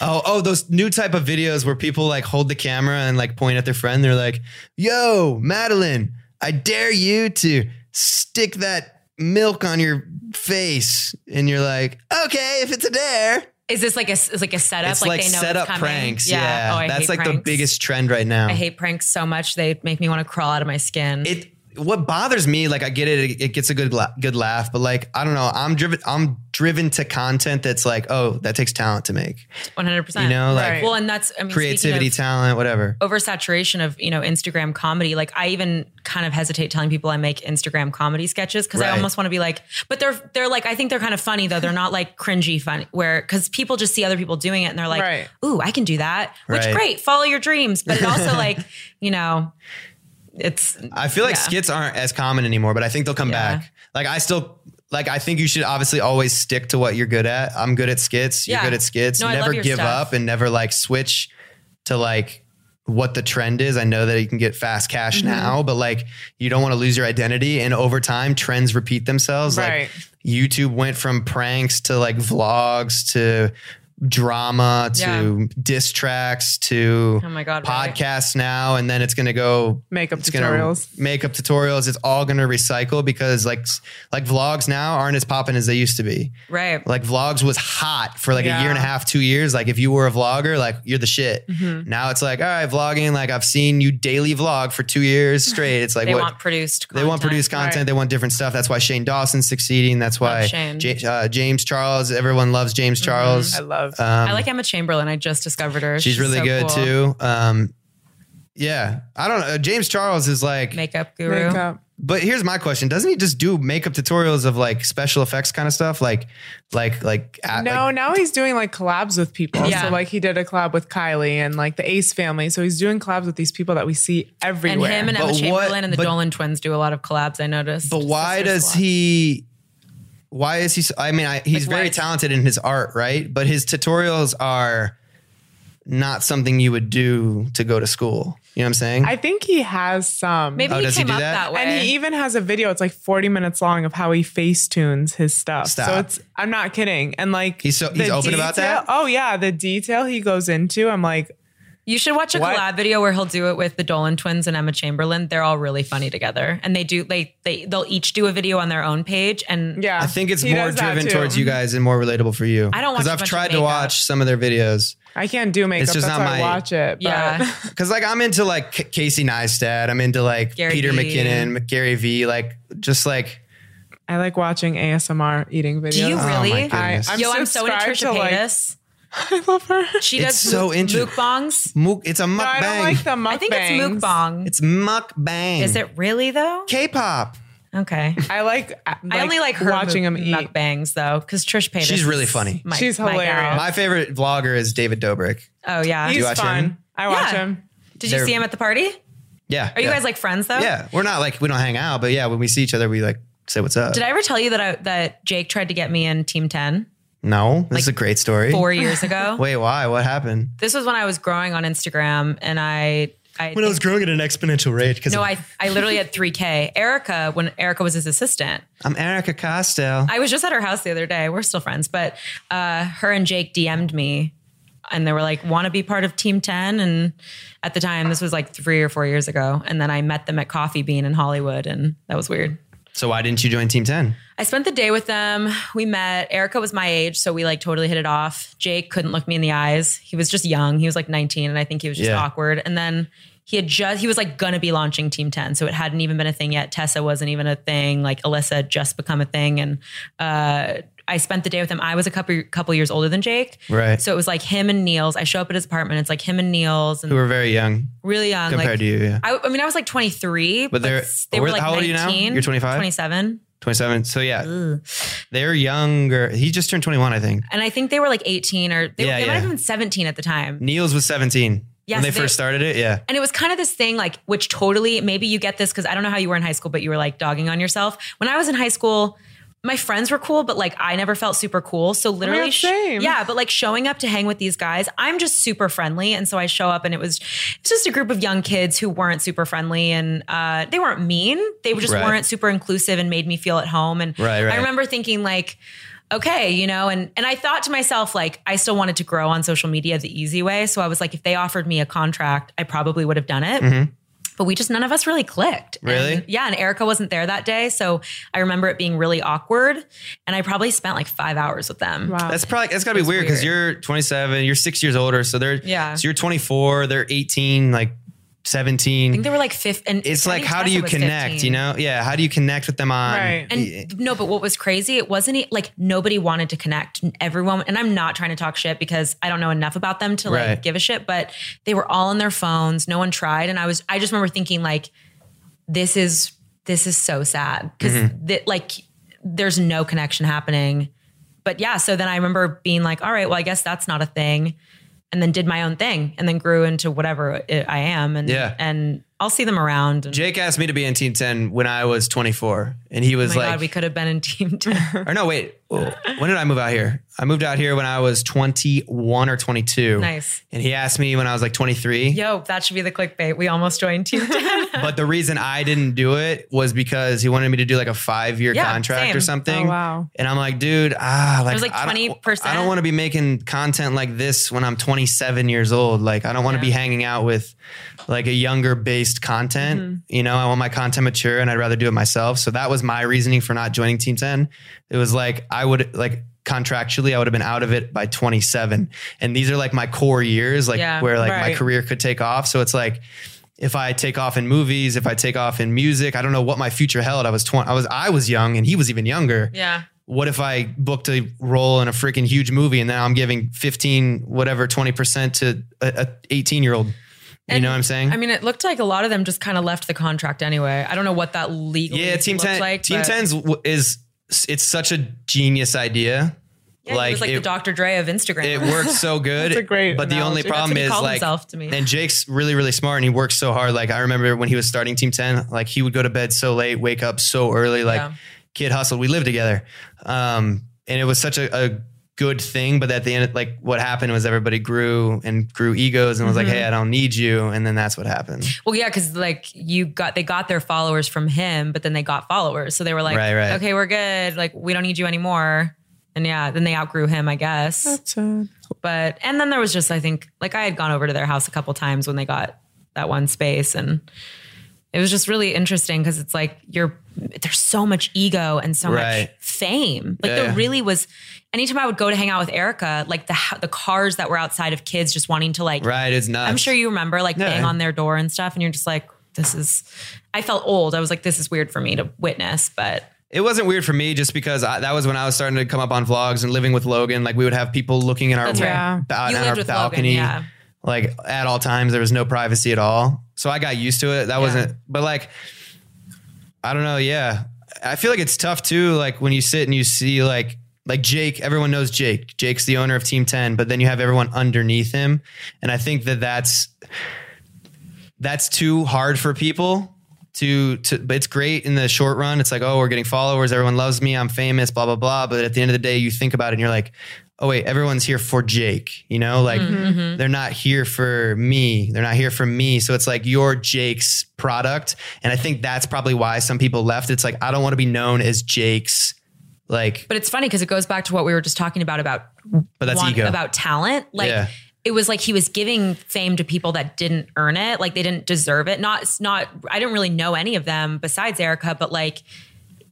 Speaker 3: oh oh those new type of videos where people like hold the camera and like point at their friend. They're like, "Yo, Madeline, I dare you to stick that milk on your face," and you're like, "Okay, if it's a dare."
Speaker 1: Is this like a is like a setup?
Speaker 3: It's like,
Speaker 1: they know
Speaker 3: set
Speaker 1: it's
Speaker 3: up
Speaker 1: coming?
Speaker 3: pranks. Yeah,
Speaker 1: Oh, I
Speaker 3: that's
Speaker 1: hate
Speaker 3: like the
Speaker 1: pranks.
Speaker 3: biggest trend right now.
Speaker 1: I hate pranks so much. They make me want to crawl out of my skin.
Speaker 3: it what bothers me like i get it it, it gets a good la- good laugh but like i don't know i'm driven i'm driven to content that's like oh that takes talent to make
Speaker 1: 100%.
Speaker 3: you know like
Speaker 2: Right.
Speaker 1: well, and that's I mean,
Speaker 3: creativity
Speaker 1: speaking
Speaker 3: talent whatever
Speaker 1: of oversaturation of, you know, Instagram comedy. Like I even kind of hesitate telling people I make Instagram comedy sketches cuz I
Speaker 3: Right.
Speaker 1: almost want to be like, but they're they're like I think they're kind of funny though. They're not like cringy funny where cuz people just see other people doing it and they're like,
Speaker 2: Right.
Speaker 1: "Ooh, I can do that." Which
Speaker 3: Right.
Speaker 1: great, follow your dreams, but it also like, you know, it's
Speaker 3: i feel like
Speaker 1: yeah.
Speaker 3: skits aren't as common anymore but i think they'll come
Speaker 1: Yeah.
Speaker 3: back like i still like I think you should obviously always stick to what you're good at. I'm good at skits. You're
Speaker 1: Yeah.
Speaker 3: good at skits.
Speaker 1: No, I love
Speaker 3: never
Speaker 1: your
Speaker 3: give
Speaker 1: stuff.
Speaker 3: up and never like switch to like what the trend is. I know that you can get fast cash
Speaker 1: Mm-hmm.
Speaker 3: now, but like you don't want to lose your identity. And over time, trends repeat themselves.
Speaker 2: Right.
Speaker 3: Like YouTube went from pranks to like vlogs to drama to
Speaker 1: Yeah.
Speaker 3: diss tracks to
Speaker 1: Oh my God, right.
Speaker 3: podcasts now and then it's going to go
Speaker 2: Makeup
Speaker 3: it's gonna
Speaker 2: tutorials.
Speaker 3: makeup tutorials it's all going to recycle because like s- like vlogs now aren't as popping as they used to be
Speaker 1: right.
Speaker 3: like vlogs was hot for like a year
Speaker 2: Yeah.
Speaker 3: and a half, two years. Like if you were a vlogger, like you're the shit.
Speaker 1: Mm-hmm.
Speaker 3: Now it's like, all right, vlogging. Like I've seen you daily vlog for two years straight. It's like
Speaker 1: they
Speaker 3: what
Speaker 1: want produced
Speaker 3: they want
Speaker 1: content.
Speaker 3: produced content. They want different stuff. That's why Shane Dawson's succeeding. That's why
Speaker 1: Shane. Mm-hmm.
Speaker 3: Ja- uh, James Charles. Everyone loves James Charles.
Speaker 2: I love.
Speaker 3: Um,
Speaker 1: I like Emma Chamberlain. I just discovered her.
Speaker 3: she's really
Speaker 1: so
Speaker 3: good
Speaker 1: cool.
Speaker 3: too. Um, yeah, I don't know. James Charles is like,
Speaker 1: Makeup guru.
Speaker 2: Makeup.
Speaker 3: but here's my question: Doesn't he just do makeup tutorials of like special effects kind of stuff, like, like, like, at-
Speaker 2: No,
Speaker 3: like-
Speaker 2: now he's doing like collabs with people.
Speaker 1: Yeah.
Speaker 2: So like he did a collab with Kylie and like the Ace family. So he's doing collabs with these people that we see
Speaker 1: And
Speaker 2: everywhere.
Speaker 1: him and
Speaker 3: But
Speaker 1: Emma
Speaker 3: what-
Speaker 1: Chamberlain and the
Speaker 3: but-
Speaker 1: Dolan twins do a lot of collabs. I noticed.
Speaker 3: But why
Speaker 1: Sisters
Speaker 3: does
Speaker 1: collab.
Speaker 3: he? Why is he? so- I mean, I, he's
Speaker 1: Like,
Speaker 3: very
Speaker 1: why-
Speaker 3: talented in his art, right? But his tutorials are not something you would do to go to school. You know what I'm saying?
Speaker 2: I think he has some.
Speaker 1: Maybe
Speaker 3: Oh,
Speaker 1: he
Speaker 3: does he
Speaker 1: came
Speaker 3: do
Speaker 1: up
Speaker 3: that?
Speaker 1: that, way.
Speaker 2: And he even has a video. It's like 40 minutes long of how he face tunes his stuff. So
Speaker 3: Stop.
Speaker 2: it's, I'm not kidding. And like,
Speaker 3: He's so- he's
Speaker 2: the
Speaker 3: open about
Speaker 2: detail-
Speaker 3: that?
Speaker 2: Oh, yeah. The detail he goes into, I'm like,
Speaker 1: you should watch a
Speaker 2: What?
Speaker 1: collab video where he'll do it with the Dolan twins and Emma Chamberlain. They're all really funny together, and they do they they they'll each do a video on their own page. And
Speaker 2: yeah.
Speaker 3: I think it's
Speaker 2: he
Speaker 3: more
Speaker 2: does that
Speaker 3: driven
Speaker 2: too.
Speaker 3: towards you guys and more relatable for you.
Speaker 1: I don't watch
Speaker 3: because
Speaker 1: a
Speaker 3: I've
Speaker 1: bunch of
Speaker 3: tried to
Speaker 1: makeup.
Speaker 3: watch some of their videos.
Speaker 2: I can't do makeup.
Speaker 3: It's just
Speaker 2: That's
Speaker 3: not
Speaker 2: why I
Speaker 3: my-
Speaker 2: watch it. But
Speaker 1: yeah,
Speaker 3: Because like I'm into like K- Casey Neistat. I'm into like
Speaker 1: Gary
Speaker 3: Peter
Speaker 1: Vee.
Speaker 3: McKinnon, Gary V. Like just like
Speaker 2: I like watching ASMR eating videos.
Speaker 1: do you
Speaker 3: Oh my
Speaker 1: really?
Speaker 3: goodness.
Speaker 2: I, I'm
Speaker 1: Yo, I'm so into
Speaker 2: subscribed
Speaker 1: Trisha
Speaker 2: to, like-
Speaker 1: Paytas.
Speaker 2: I love her.
Speaker 1: She does
Speaker 3: It's so
Speaker 1: mo-
Speaker 3: inter-
Speaker 1: mukbangs.
Speaker 3: mook. It's a mukbang.
Speaker 2: No, I don't like the mukbangs.
Speaker 1: I think it's mukbang.
Speaker 3: It's mukbang.
Speaker 1: Is it really though?
Speaker 3: K-pop?
Speaker 1: Okay.
Speaker 2: I like,
Speaker 1: I only like her
Speaker 2: watching
Speaker 1: muk-
Speaker 2: him eat.
Speaker 1: mukbangs though, because Trish Paytas.
Speaker 3: She's really
Speaker 1: is
Speaker 3: funny.
Speaker 1: my-
Speaker 2: She's
Speaker 1: my gal.
Speaker 2: hilarious.
Speaker 3: My favorite vlogger is David Dobrik.
Speaker 1: Oh yeah.
Speaker 2: He's
Speaker 3: watch
Speaker 2: fun.
Speaker 3: him?
Speaker 2: I watch
Speaker 1: Yeah.
Speaker 2: him.
Speaker 1: Did you
Speaker 3: They're-
Speaker 1: see him at the party?
Speaker 3: Yeah.
Speaker 1: Are you guys like friends though?
Speaker 3: Yeah, we're not like we don't hang out, but yeah, when we see each other, we like say what's up.
Speaker 1: Did I ever tell you that I, that Jake tried to get me in Team 10
Speaker 3: no, this is a great story.
Speaker 1: four years ago?
Speaker 3: Wait, why? What happened?
Speaker 1: This was when I was growing on Instagram and I, I, think-
Speaker 3: growing at an exponential rate, because
Speaker 1: no, I, I literally had 3K. Erica, when Erica was his assistant,
Speaker 3: I'm Erica Costello.
Speaker 1: I was just at her house the other day. We're still friends, but uh, her and Jake DM'd me and they were like, want to be part of Team 10? And at the time, this was like three or four years ago. And then I met them at Coffee Bean in Hollywood and that was weird.
Speaker 3: so why didn't you join Team Ten?
Speaker 1: I spent the day with them. We met. Erica was my age, so we like totally hit it off. Jake couldn't look me in the eyes. He was just young. He was like 19, and I think he was just
Speaker 3: Yeah.
Speaker 1: awkward. And then he had just he was like gonna be launching Team 10, so it hadn't even been a thing yet. Tessa wasn't even a thing. Like Alyssa had just become a thing, and uh, I spent the day with him. I was a couple couple years older than Jake,
Speaker 3: Right.
Speaker 1: So it was like him and Niels. I show up at his apartment. It's like him and Niels, and
Speaker 3: You were very young
Speaker 1: really young
Speaker 3: compared
Speaker 1: like,
Speaker 3: to you. Yeah,
Speaker 1: I, I mean, I was like 23, but,
Speaker 3: they're-
Speaker 1: they were
Speaker 3: where-
Speaker 1: like
Speaker 3: how old are
Speaker 1: 19.
Speaker 3: you now? You're 25?
Speaker 1: 27.
Speaker 3: 27. So yeah, they're younger. He just turned 21, I think.
Speaker 1: And I think they were like 18 or they,
Speaker 3: Yeah,
Speaker 1: they might
Speaker 3: yeah. Mm.
Speaker 1: have been 17 at the time.
Speaker 3: Niels was 17
Speaker 1: Yes,
Speaker 3: when they,
Speaker 1: they-
Speaker 3: first started it. Yeah,
Speaker 1: And it was kind of this thing like, which totally, maybe you get this because I don't know how you were in high school, but you were like dogging on yourself. When I was in high school, my friends were cool, but like I never felt super cool.
Speaker 3: Oh,
Speaker 1: So literally,
Speaker 2: God, same.
Speaker 1: yeah. But like showing up to hang with these guys, I'm just super friendly, and so I show up, and it was it's just a group of young kids who weren't super friendly, and uh, they weren't mean. They just
Speaker 3: Right.
Speaker 1: weren't super inclusive and made me feel at home. And
Speaker 3: Right, right.
Speaker 1: I remember thinking like. Okay, you know, and and I thought to myself like I still wanted to grow on social media the easy way, so I was like if they offered me a contract, I probably would have done it but we just none of us really clicked. And-
Speaker 3: Mm-hmm. Really?
Speaker 1: yeah, and Erica wasn't there that day, so I remember it being really awkward. And I probably spent like five hours with them.
Speaker 2: Wow.
Speaker 3: That's probably that's gotta be weird because you're 27, you're six years older, so they're
Speaker 1: Yeah.
Speaker 3: So you're 24, they're 18, like
Speaker 1: I
Speaker 3: 17.
Speaker 1: think they were like fifth, and
Speaker 3: it's
Speaker 1: Teddy
Speaker 3: like how do
Speaker 1: Tessa
Speaker 3: you
Speaker 1: was
Speaker 3: connect?
Speaker 1: 15.
Speaker 3: You know, yeah. How do you connect with them on?
Speaker 2: Right.
Speaker 1: And no, but what was crazy, it wasn't e- like nobody wanted to connect. Everyone, and I'm not trying to talk shit because I don't know enough about them to like
Speaker 3: Right.
Speaker 1: give a shit, but they were all on their phones. No one tried. And I was, I just remember thinking, like, this is, this is so sad because
Speaker 3: Mm-hmm.
Speaker 1: that, like, there's no connection happening. But yeah, so then I remember being like, all right, well, I guess that's not a thing. And then did my own thing and then grew into whatever it, I am. And,
Speaker 3: Yeah.
Speaker 1: and I'll see them around. And,
Speaker 3: Jake asked me to be in Team 10 when I was 24, and he
Speaker 1: oh
Speaker 3: was
Speaker 1: my
Speaker 3: like,
Speaker 1: God, we could have been in team 10.
Speaker 3: or no, wait. When did I move out here? I moved out here when I was 21 or 22.
Speaker 1: Nice.
Speaker 3: And he asked me when I was like 23.
Speaker 1: Yo, that should be the clickbait. We almost joined Team 10.
Speaker 3: But the reason I didn't do it was because he wanted me to do like a five year
Speaker 1: Yeah,
Speaker 3: contract or
Speaker 1: same.
Speaker 3: something.
Speaker 2: Oh, wow.
Speaker 3: And I'm like, dude, ah, like,
Speaker 1: was, like,
Speaker 3: I don't-
Speaker 1: 20%.
Speaker 3: I don't want to be making content like this when I'm 27 years old. Like, I don't want to be hanging out with like a younger based content.
Speaker 1: Mm-hmm.
Speaker 3: You know, I want my content mature and I'd rather do it myself. So that was my reasoning for not joining Team 10. It was like, I would like, contractually i would have been out of it by 27 and these are like my core years like
Speaker 1: Yeah,
Speaker 3: where like my
Speaker 2: right.
Speaker 3: career could take off so it's like if I take off in movies, if I take off in music, I don't know what my future held. I was 20, I was I was young and he was even younger.
Speaker 1: Yeah.
Speaker 3: What if I booked a role in a freaking huge movie and now I'm giving 15 whatever 20% to a 18-year-old? You know what I'm saying?
Speaker 1: I mean, it looked like a lot of them just kind of left the contract anyway. I don't know what that legally
Speaker 3: yeah, team
Speaker 1: looked
Speaker 3: 10
Speaker 1: like.
Speaker 3: team
Speaker 1: but-
Speaker 3: 10's w- is it's such a genius idea.
Speaker 1: Yeah, he was like the
Speaker 3: it-
Speaker 1: Dr. Dre of Instagram.
Speaker 3: It works so good.
Speaker 2: That's a great
Speaker 3: But the only
Speaker 2: analogy.
Speaker 3: problem
Speaker 1: That's what he
Speaker 3: is
Speaker 1: called
Speaker 3: like,
Speaker 1: himself to me.
Speaker 3: and Jake's really, really smart, and he works so hard. Like I remember when he was starting Team Ten, like he would go to bed so late, wake up so early. Like
Speaker 1: Yeah.
Speaker 3: kid hustled. We lived together, um, and it was such a, a good thing. But at the end, like what happened was everybody grew and grew egos, and was
Speaker 1: Mm-hmm.
Speaker 3: like, hey, I don't need you, and then that's what happened.
Speaker 1: Well, yeah, because like you got they got their followers from him, but then they got followers, so they were like,
Speaker 3: Right, right.
Speaker 1: okay, we're good. Like we don't need you anymore. And yeah, then they outgrew him, I guess.
Speaker 2: That's a,
Speaker 1: But and then there was just I think like I had gone over to their house a couple times when they got that one space and it was just really interesting because it's like you're there's so much ego and so
Speaker 3: Right.
Speaker 1: much fame. Like
Speaker 3: Yeah.
Speaker 1: there really was anytime I would go to hang out with Erica, like the ho- the cars that were outside of kids just wanting to like
Speaker 3: Right? It's nuts.
Speaker 1: I'm sure you remember like
Speaker 3: Yeah.
Speaker 1: bang on their door and stuff and you're just like this is I felt old. I was like this is weird for me to witness, but
Speaker 3: It wasn't weird for me just because I, that was when I was starting to come up on vlogs and living with Logan. Like we would have people looking in our
Speaker 1: That's right.
Speaker 2: Yeah.
Speaker 3: out
Speaker 1: You
Speaker 3: in
Speaker 1: lived
Speaker 3: our
Speaker 1: with Logan,
Speaker 3: balcony.
Speaker 1: yeah.
Speaker 3: Like at all times, there was no privacy at all. So I got used to it. That wasn't, but like, I don't know. Yeah, I feel like it's tough too. Like when you sit and you see like like Jake, everyone knows Jake. Jake's the owner of Team Ten, but then you have everyone underneath him, and I think that that's that's too hard for people to to but it's great in the short run it's like oh we're getting followers everyone loves me i'm famous blah blah blah but at the end of the day you think about it and you're like oh wait everyone's here for jake you know like they're not here for me they're not here for me so it's like you're jake's product and i think that's probably why some people left it's like i don't want to be known as jake's like
Speaker 1: But it's funny because it goes back to what we were just talking about about
Speaker 3: But that's ego.
Speaker 1: about talent. Like
Speaker 3: Yeah.
Speaker 1: it was like he was giving fame to people that didn't earn it, like they didn't deserve it. Not it's not I didn't really know any of them besides Erica, but like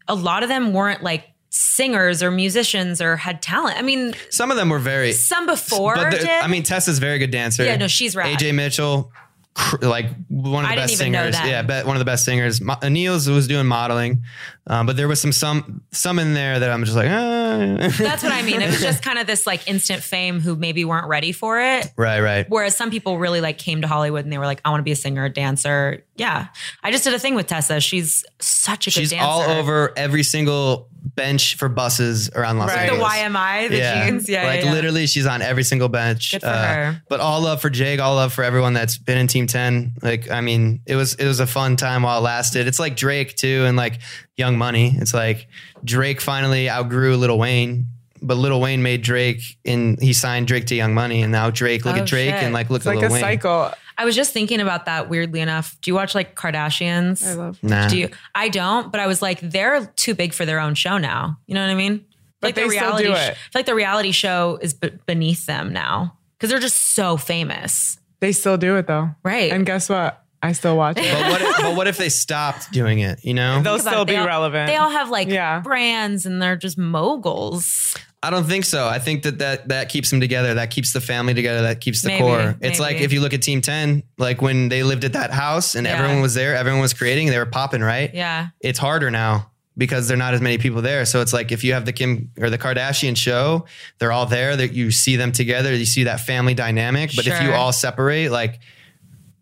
Speaker 1: a lot of them weren't like singers or musicians or had talent. I mean,
Speaker 3: some of them were very
Speaker 1: some before
Speaker 3: but
Speaker 1: did.
Speaker 3: the- I mean, Tessa's a very good dancer.
Speaker 1: Yeah, no, she's rad.
Speaker 3: AJ Mitchell, cr- like one of the
Speaker 1: I didn't
Speaker 3: best
Speaker 1: even know
Speaker 3: singers.
Speaker 1: that.
Speaker 3: Yeah, bet one of the best singers. Mo- Anil's was doing modeling, um, but there was some some some in there that I'm just like, ah.
Speaker 1: that's what I mean. It was just kind of this like instant fame who maybe weren't ready for it.
Speaker 3: right, right.
Speaker 1: Whereas some people really like came to Hollywood and they were like, I want to be a singer, a dancer. Yeah. I just did a thing with Tessa. She's such a
Speaker 3: She's
Speaker 1: good dancer.
Speaker 3: all over every single bench for buses around Los
Speaker 2: Right.
Speaker 1: the
Speaker 3: Angeles.
Speaker 1: YMI, the jeans. Yeah.
Speaker 3: like
Speaker 1: yeah, yeah.
Speaker 3: literally, she's on every single bench. Uh,
Speaker 1: Good for her.
Speaker 3: But all love for Jake, all love for everyone that's been in Team Ten. Like, I mean, it was it was a fun time while it lasted. It's like Drake too, and like Young Money. It's like Drake finally outgrew Lil Wayne, but Lil Wayne made Drake and he signed Drake to Young Money, and now Drake look
Speaker 1: Oh,
Speaker 3: at Drake
Speaker 1: shit.
Speaker 3: and like look
Speaker 2: It's
Speaker 3: at
Speaker 2: like
Speaker 3: Lil
Speaker 2: a
Speaker 3: Wayne.
Speaker 2: cycle.
Speaker 1: I was just thinking about that weirdly enough. Do you watch like Kardashians?
Speaker 2: I love.
Speaker 3: Nah.
Speaker 1: Do you? I don't, but I was like, they're too big for their own show now. You know what I mean?
Speaker 2: But
Speaker 1: like
Speaker 2: they still
Speaker 1: reality
Speaker 2: do
Speaker 1: sh-
Speaker 2: it.
Speaker 1: I feel like the reality show is b- beneath them now because they're just so famous.
Speaker 2: They still do it though,
Speaker 1: Right.
Speaker 2: And guess what? I still watch it.
Speaker 3: but what? If, but what if they stopped doing it? You know,
Speaker 2: They'll
Speaker 1: Think about
Speaker 2: still
Speaker 1: it. They
Speaker 2: be
Speaker 1: all-
Speaker 2: relevant.
Speaker 1: They all have like
Speaker 2: Yeah.
Speaker 1: brands and they're just moguls.
Speaker 3: I don't think so. I think that, that that keeps them together. That keeps the family together. That keeps the
Speaker 1: Maybe,
Speaker 3: core.
Speaker 1: maybe.
Speaker 3: It's like if you look at Team 10, like when they lived at that house and
Speaker 1: Yeah.
Speaker 3: everyone was there, everyone was creating, they were popping, right?
Speaker 1: Yeah.
Speaker 3: It's harder now because there're not as many people there. So it's like if you have the Kim or the Kardashian show, they're all there, that you see them together, you see that family dynamic. But if you
Speaker 1: Sure.
Speaker 3: all separate, like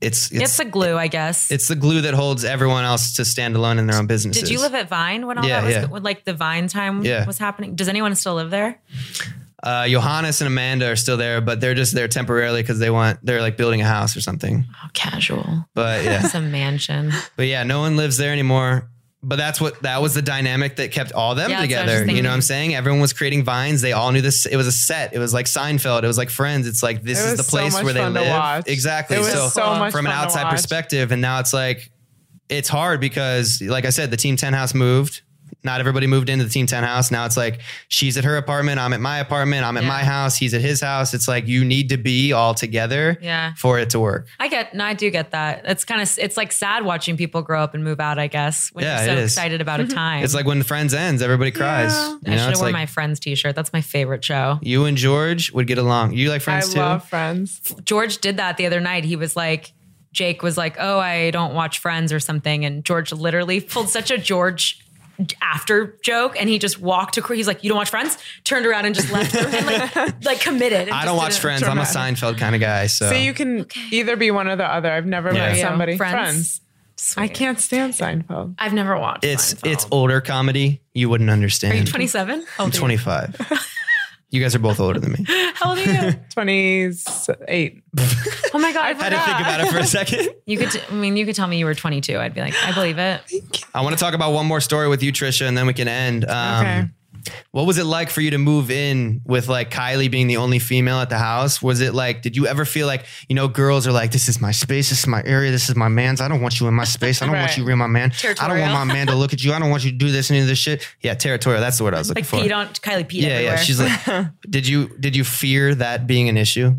Speaker 3: it's it's
Speaker 1: It's,
Speaker 3: it's,
Speaker 1: a glue, I guess.
Speaker 3: the glue that holds everyone else to stand alone in their own businesses.
Speaker 1: Did you live at Vine when all
Speaker 3: Yeah,
Speaker 1: that was
Speaker 3: yeah.
Speaker 1: when, like the Vine time
Speaker 3: Yeah.
Speaker 1: was happening? Does anyone still live there?
Speaker 3: uh, Johannes and Amanda are still there, but they're just there temporarily because they want they're like building a house or something.
Speaker 1: Oh, casual.
Speaker 3: But yeah,
Speaker 1: Some mansion.
Speaker 3: but yeah, no one lives there anymore. But that's what that was the dynamic that kept all them
Speaker 1: Yeah, that's what I was
Speaker 3: together.
Speaker 1: just
Speaker 3: You know
Speaker 1: thinking.
Speaker 3: what I'm saying? Everyone was creating vines. They all knew this. It was a set. It was like Seinfeld. It was like Friends. It's like this
Speaker 2: It
Speaker 3: is
Speaker 2: was so
Speaker 3: the place
Speaker 2: much
Speaker 3: where they
Speaker 2: fun to
Speaker 3: live.
Speaker 2: watch.
Speaker 3: Exactly.
Speaker 2: It was
Speaker 3: so
Speaker 2: so, much
Speaker 3: from an
Speaker 2: fun to
Speaker 3: outside
Speaker 2: watch.
Speaker 3: perspective, and now it's like it's hard because, like I said, the Team Ten house moved. Not everybody moved into the Team Ten house. Now it's like she's at her apartment. I'm at my apartment. I'm at
Speaker 1: Yeah.
Speaker 3: my house. He's at his house. It's like you need to be all together
Speaker 1: Yeah.
Speaker 3: for it to work.
Speaker 1: I get, no, I do get that. It's kind of, it's like sad watching people grow up and move out, I guess, when
Speaker 3: Yeah,
Speaker 1: you're
Speaker 3: it
Speaker 1: so
Speaker 3: is.
Speaker 1: excited about a time.
Speaker 3: It's like when Friends ends, everybody cries.
Speaker 2: Yeah.
Speaker 3: You
Speaker 1: I
Speaker 3: know,
Speaker 1: should have
Speaker 3: it's
Speaker 1: worn
Speaker 3: like
Speaker 1: my friend's t-shirt. That's my favorite show.
Speaker 3: you and George would get along. You like
Speaker 2: I
Speaker 3: Friends too?
Speaker 2: love Friends.
Speaker 1: George did that the other night. He was like, Jake was like, "Oh, I don't watch Friends or something," and George literally pulled such a George after joke, and he just walked to. He's like, "You don't watch Friends?" Turned around and just left, and like, like committed. and
Speaker 3: I
Speaker 1: just
Speaker 3: don't watch
Speaker 1: didn't-
Speaker 3: Friends. I'm a Seinfeld kind of guy. So,
Speaker 2: So you can either be one or the other. I've never
Speaker 3: Yeah.
Speaker 2: met
Speaker 1: Yeah.
Speaker 2: somebody.
Speaker 1: Friends.
Speaker 2: Friends. I
Speaker 1: Sweet.
Speaker 2: can't stand Seinfeld.
Speaker 1: I've never watched.
Speaker 3: it's
Speaker 1: Seinfeld.
Speaker 3: it's older comedy. You wouldn't understand.
Speaker 1: Are you 27? How
Speaker 3: I'm
Speaker 1: old are you?
Speaker 3: 25. you guys are both older than me.
Speaker 1: How old are you?
Speaker 2: Twenty eight.
Speaker 1: Oh my god! I
Speaker 3: I had to think
Speaker 1: forgot.
Speaker 3: about it for a second.
Speaker 1: You could. t- I mean, you could tell me you were 22. I'd be like, I believe it.
Speaker 3: I want to talk about one more story with you, Trisha, and then we can end. Um,
Speaker 2: Okay.
Speaker 3: What was it like for you to move in with like Kylie being the only female at the house? Was it like, did you ever feel like, you know, girls are like, this is my space, this is my area, this is my man's. I don't want you in my space. I don't want
Speaker 2: Right.
Speaker 3: you real my man. I don't
Speaker 1: Territorial.
Speaker 3: want my man to look at you. I don't want you to do this and any of this shit. Yeah, territorial. That's the word I was looking
Speaker 1: Like
Speaker 3: for.
Speaker 1: Pete on Kylie Pete
Speaker 3: yeah,
Speaker 1: everywhere.
Speaker 3: yeah. She's like, did you did you fear that being an issue?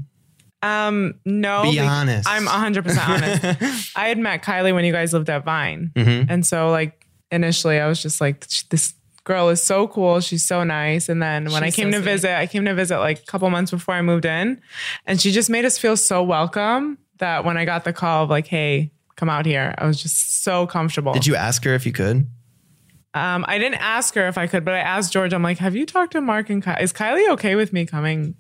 Speaker 2: Um, no.
Speaker 3: Be
Speaker 2: bec-
Speaker 3: honest.
Speaker 2: I'm 100% honest. I had met Kylie when you guys lived at Vine.
Speaker 3: Mm-hmm.
Speaker 2: And so, like, initially, I was just like, "Sh- this girl is so cool. She's so nice. And then when I
Speaker 1: She's
Speaker 2: came
Speaker 1: so
Speaker 2: to
Speaker 1: sweet.
Speaker 2: visit, I came to visit like a couple months before I moved in. And she just made us feel so welcome that when I got the call of, like, hey, come out here, I was just so comfortable.
Speaker 3: Did you ask her if you could?
Speaker 2: Um, I didn't ask her if I could, but I asked George, I'm like, have you talked to Mark and Kylie? Is Kylie okay with me coming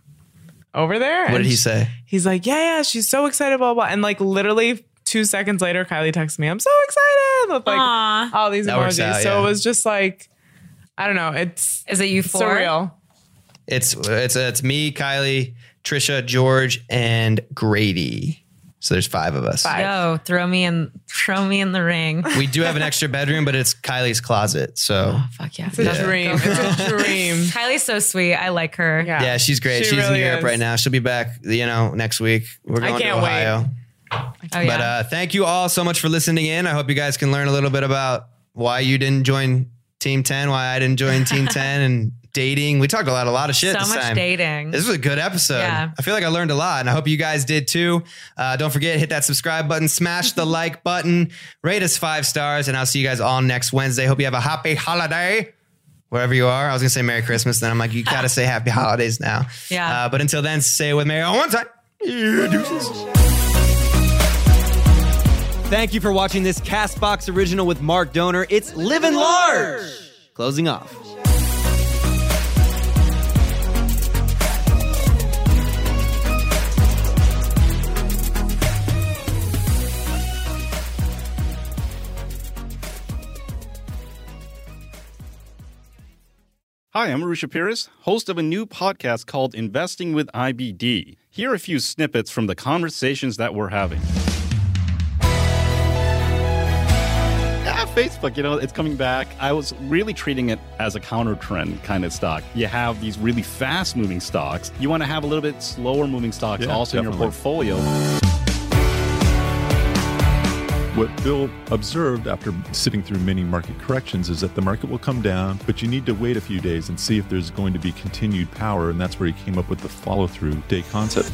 Speaker 2: over there?
Speaker 3: What
Speaker 2: And
Speaker 3: did he say?
Speaker 2: he's like, yeah, yeah, she's so excited, blah, blah. blah. And like literally two seconds later, Kylie texts me, I'm so excited with like
Speaker 1: Aw.
Speaker 2: all these
Speaker 3: That works
Speaker 2: emojis.
Speaker 3: out,
Speaker 2: so
Speaker 3: yeah.
Speaker 2: it was just like, I don't know, it's
Speaker 1: Is it you four?
Speaker 2: surreal.
Speaker 3: It's it's it's me, Kylie, Trisha, George, and Grady. So there's five of us.
Speaker 1: Yo, throw me in, throw me in the ring.
Speaker 3: We do have an extra bedroom, but it's Kylie's closet. So
Speaker 1: Fuck yeah.
Speaker 2: It's a dream. It's a dream.
Speaker 1: Kylie's so sweet. I like her.
Speaker 2: Yeah.
Speaker 3: yeah, she's great.
Speaker 2: She
Speaker 3: she's
Speaker 2: really
Speaker 3: in Europe
Speaker 2: is.
Speaker 3: right now. She'll be back, you know, next week. We're going to
Speaker 2: can't wait.
Speaker 3: Ohio.
Speaker 1: Oh, yeah.
Speaker 3: But uh, thank you all so much for listening in. I hope you guys can learn a little bit about why you didn't join Team 10, why I didn't join Team 10 and dating. We talked about a lot of shit
Speaker 1: so
Speaker 3: this
Speaker 1: much
Speaker 3: time.
Speaker 1: dating.
Speaker 3: This was a good episode.
Speaker 1: Yeah.
Speaker 3: I feel like I learned a lot, and I hope you guys did too. Uh, don't forget, hit that subscribe button, smash the like button, rate us five stars, and I'll see you guys all next Wednesday. Hope you have a happy holiday wherever you are. I was gonna say Merry Christmas, then I'm like, you gotta say Happy Holidays now.
Speaker 1: Yeah.
Speaker 3: Uh, but until then, say it with me on one time. Yeah, deuces.
Speaker 8: Thank you for watching this Castbox original with Mark Donor. It's Living Large. Closing off.
Speaker 4: Hi, I'm Arusha Pires, host of a new podcast called Investing with IBD. Here are a few snippets from the conversations that we're having. Yeah, Facebook, you know, it's coming back. I was really treating it as a counter trend kind of stock. You have these really fast moving stocks. You want to have a little bit slower moving stocks
Speaker 5: Yeah,
Speaker 4: also in your
Speaker 5: definitely.
Speaker 4: portfolio.
Speaker 5: What Bill observed after sitting through many market corrections is that the market will come down, but you need to wait a few days and see if there's going to be continued power. And that's where he came up with the follow through day concept.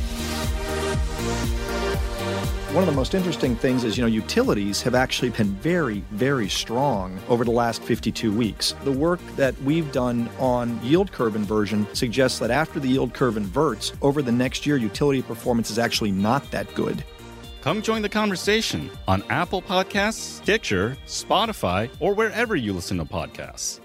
Speaker 6: One of the most interesting things is, you know, utilities have actually been very, very strong over the last 52 weeks. The work that we've done on yield curve inversion suggests that after the yield curve inverts, over the next year, utility performance is actually not that good.
Speaker 4: Come join the conversation on Apple Podcasts, Stitcher, Spotify, or wherever you listen to podcasts.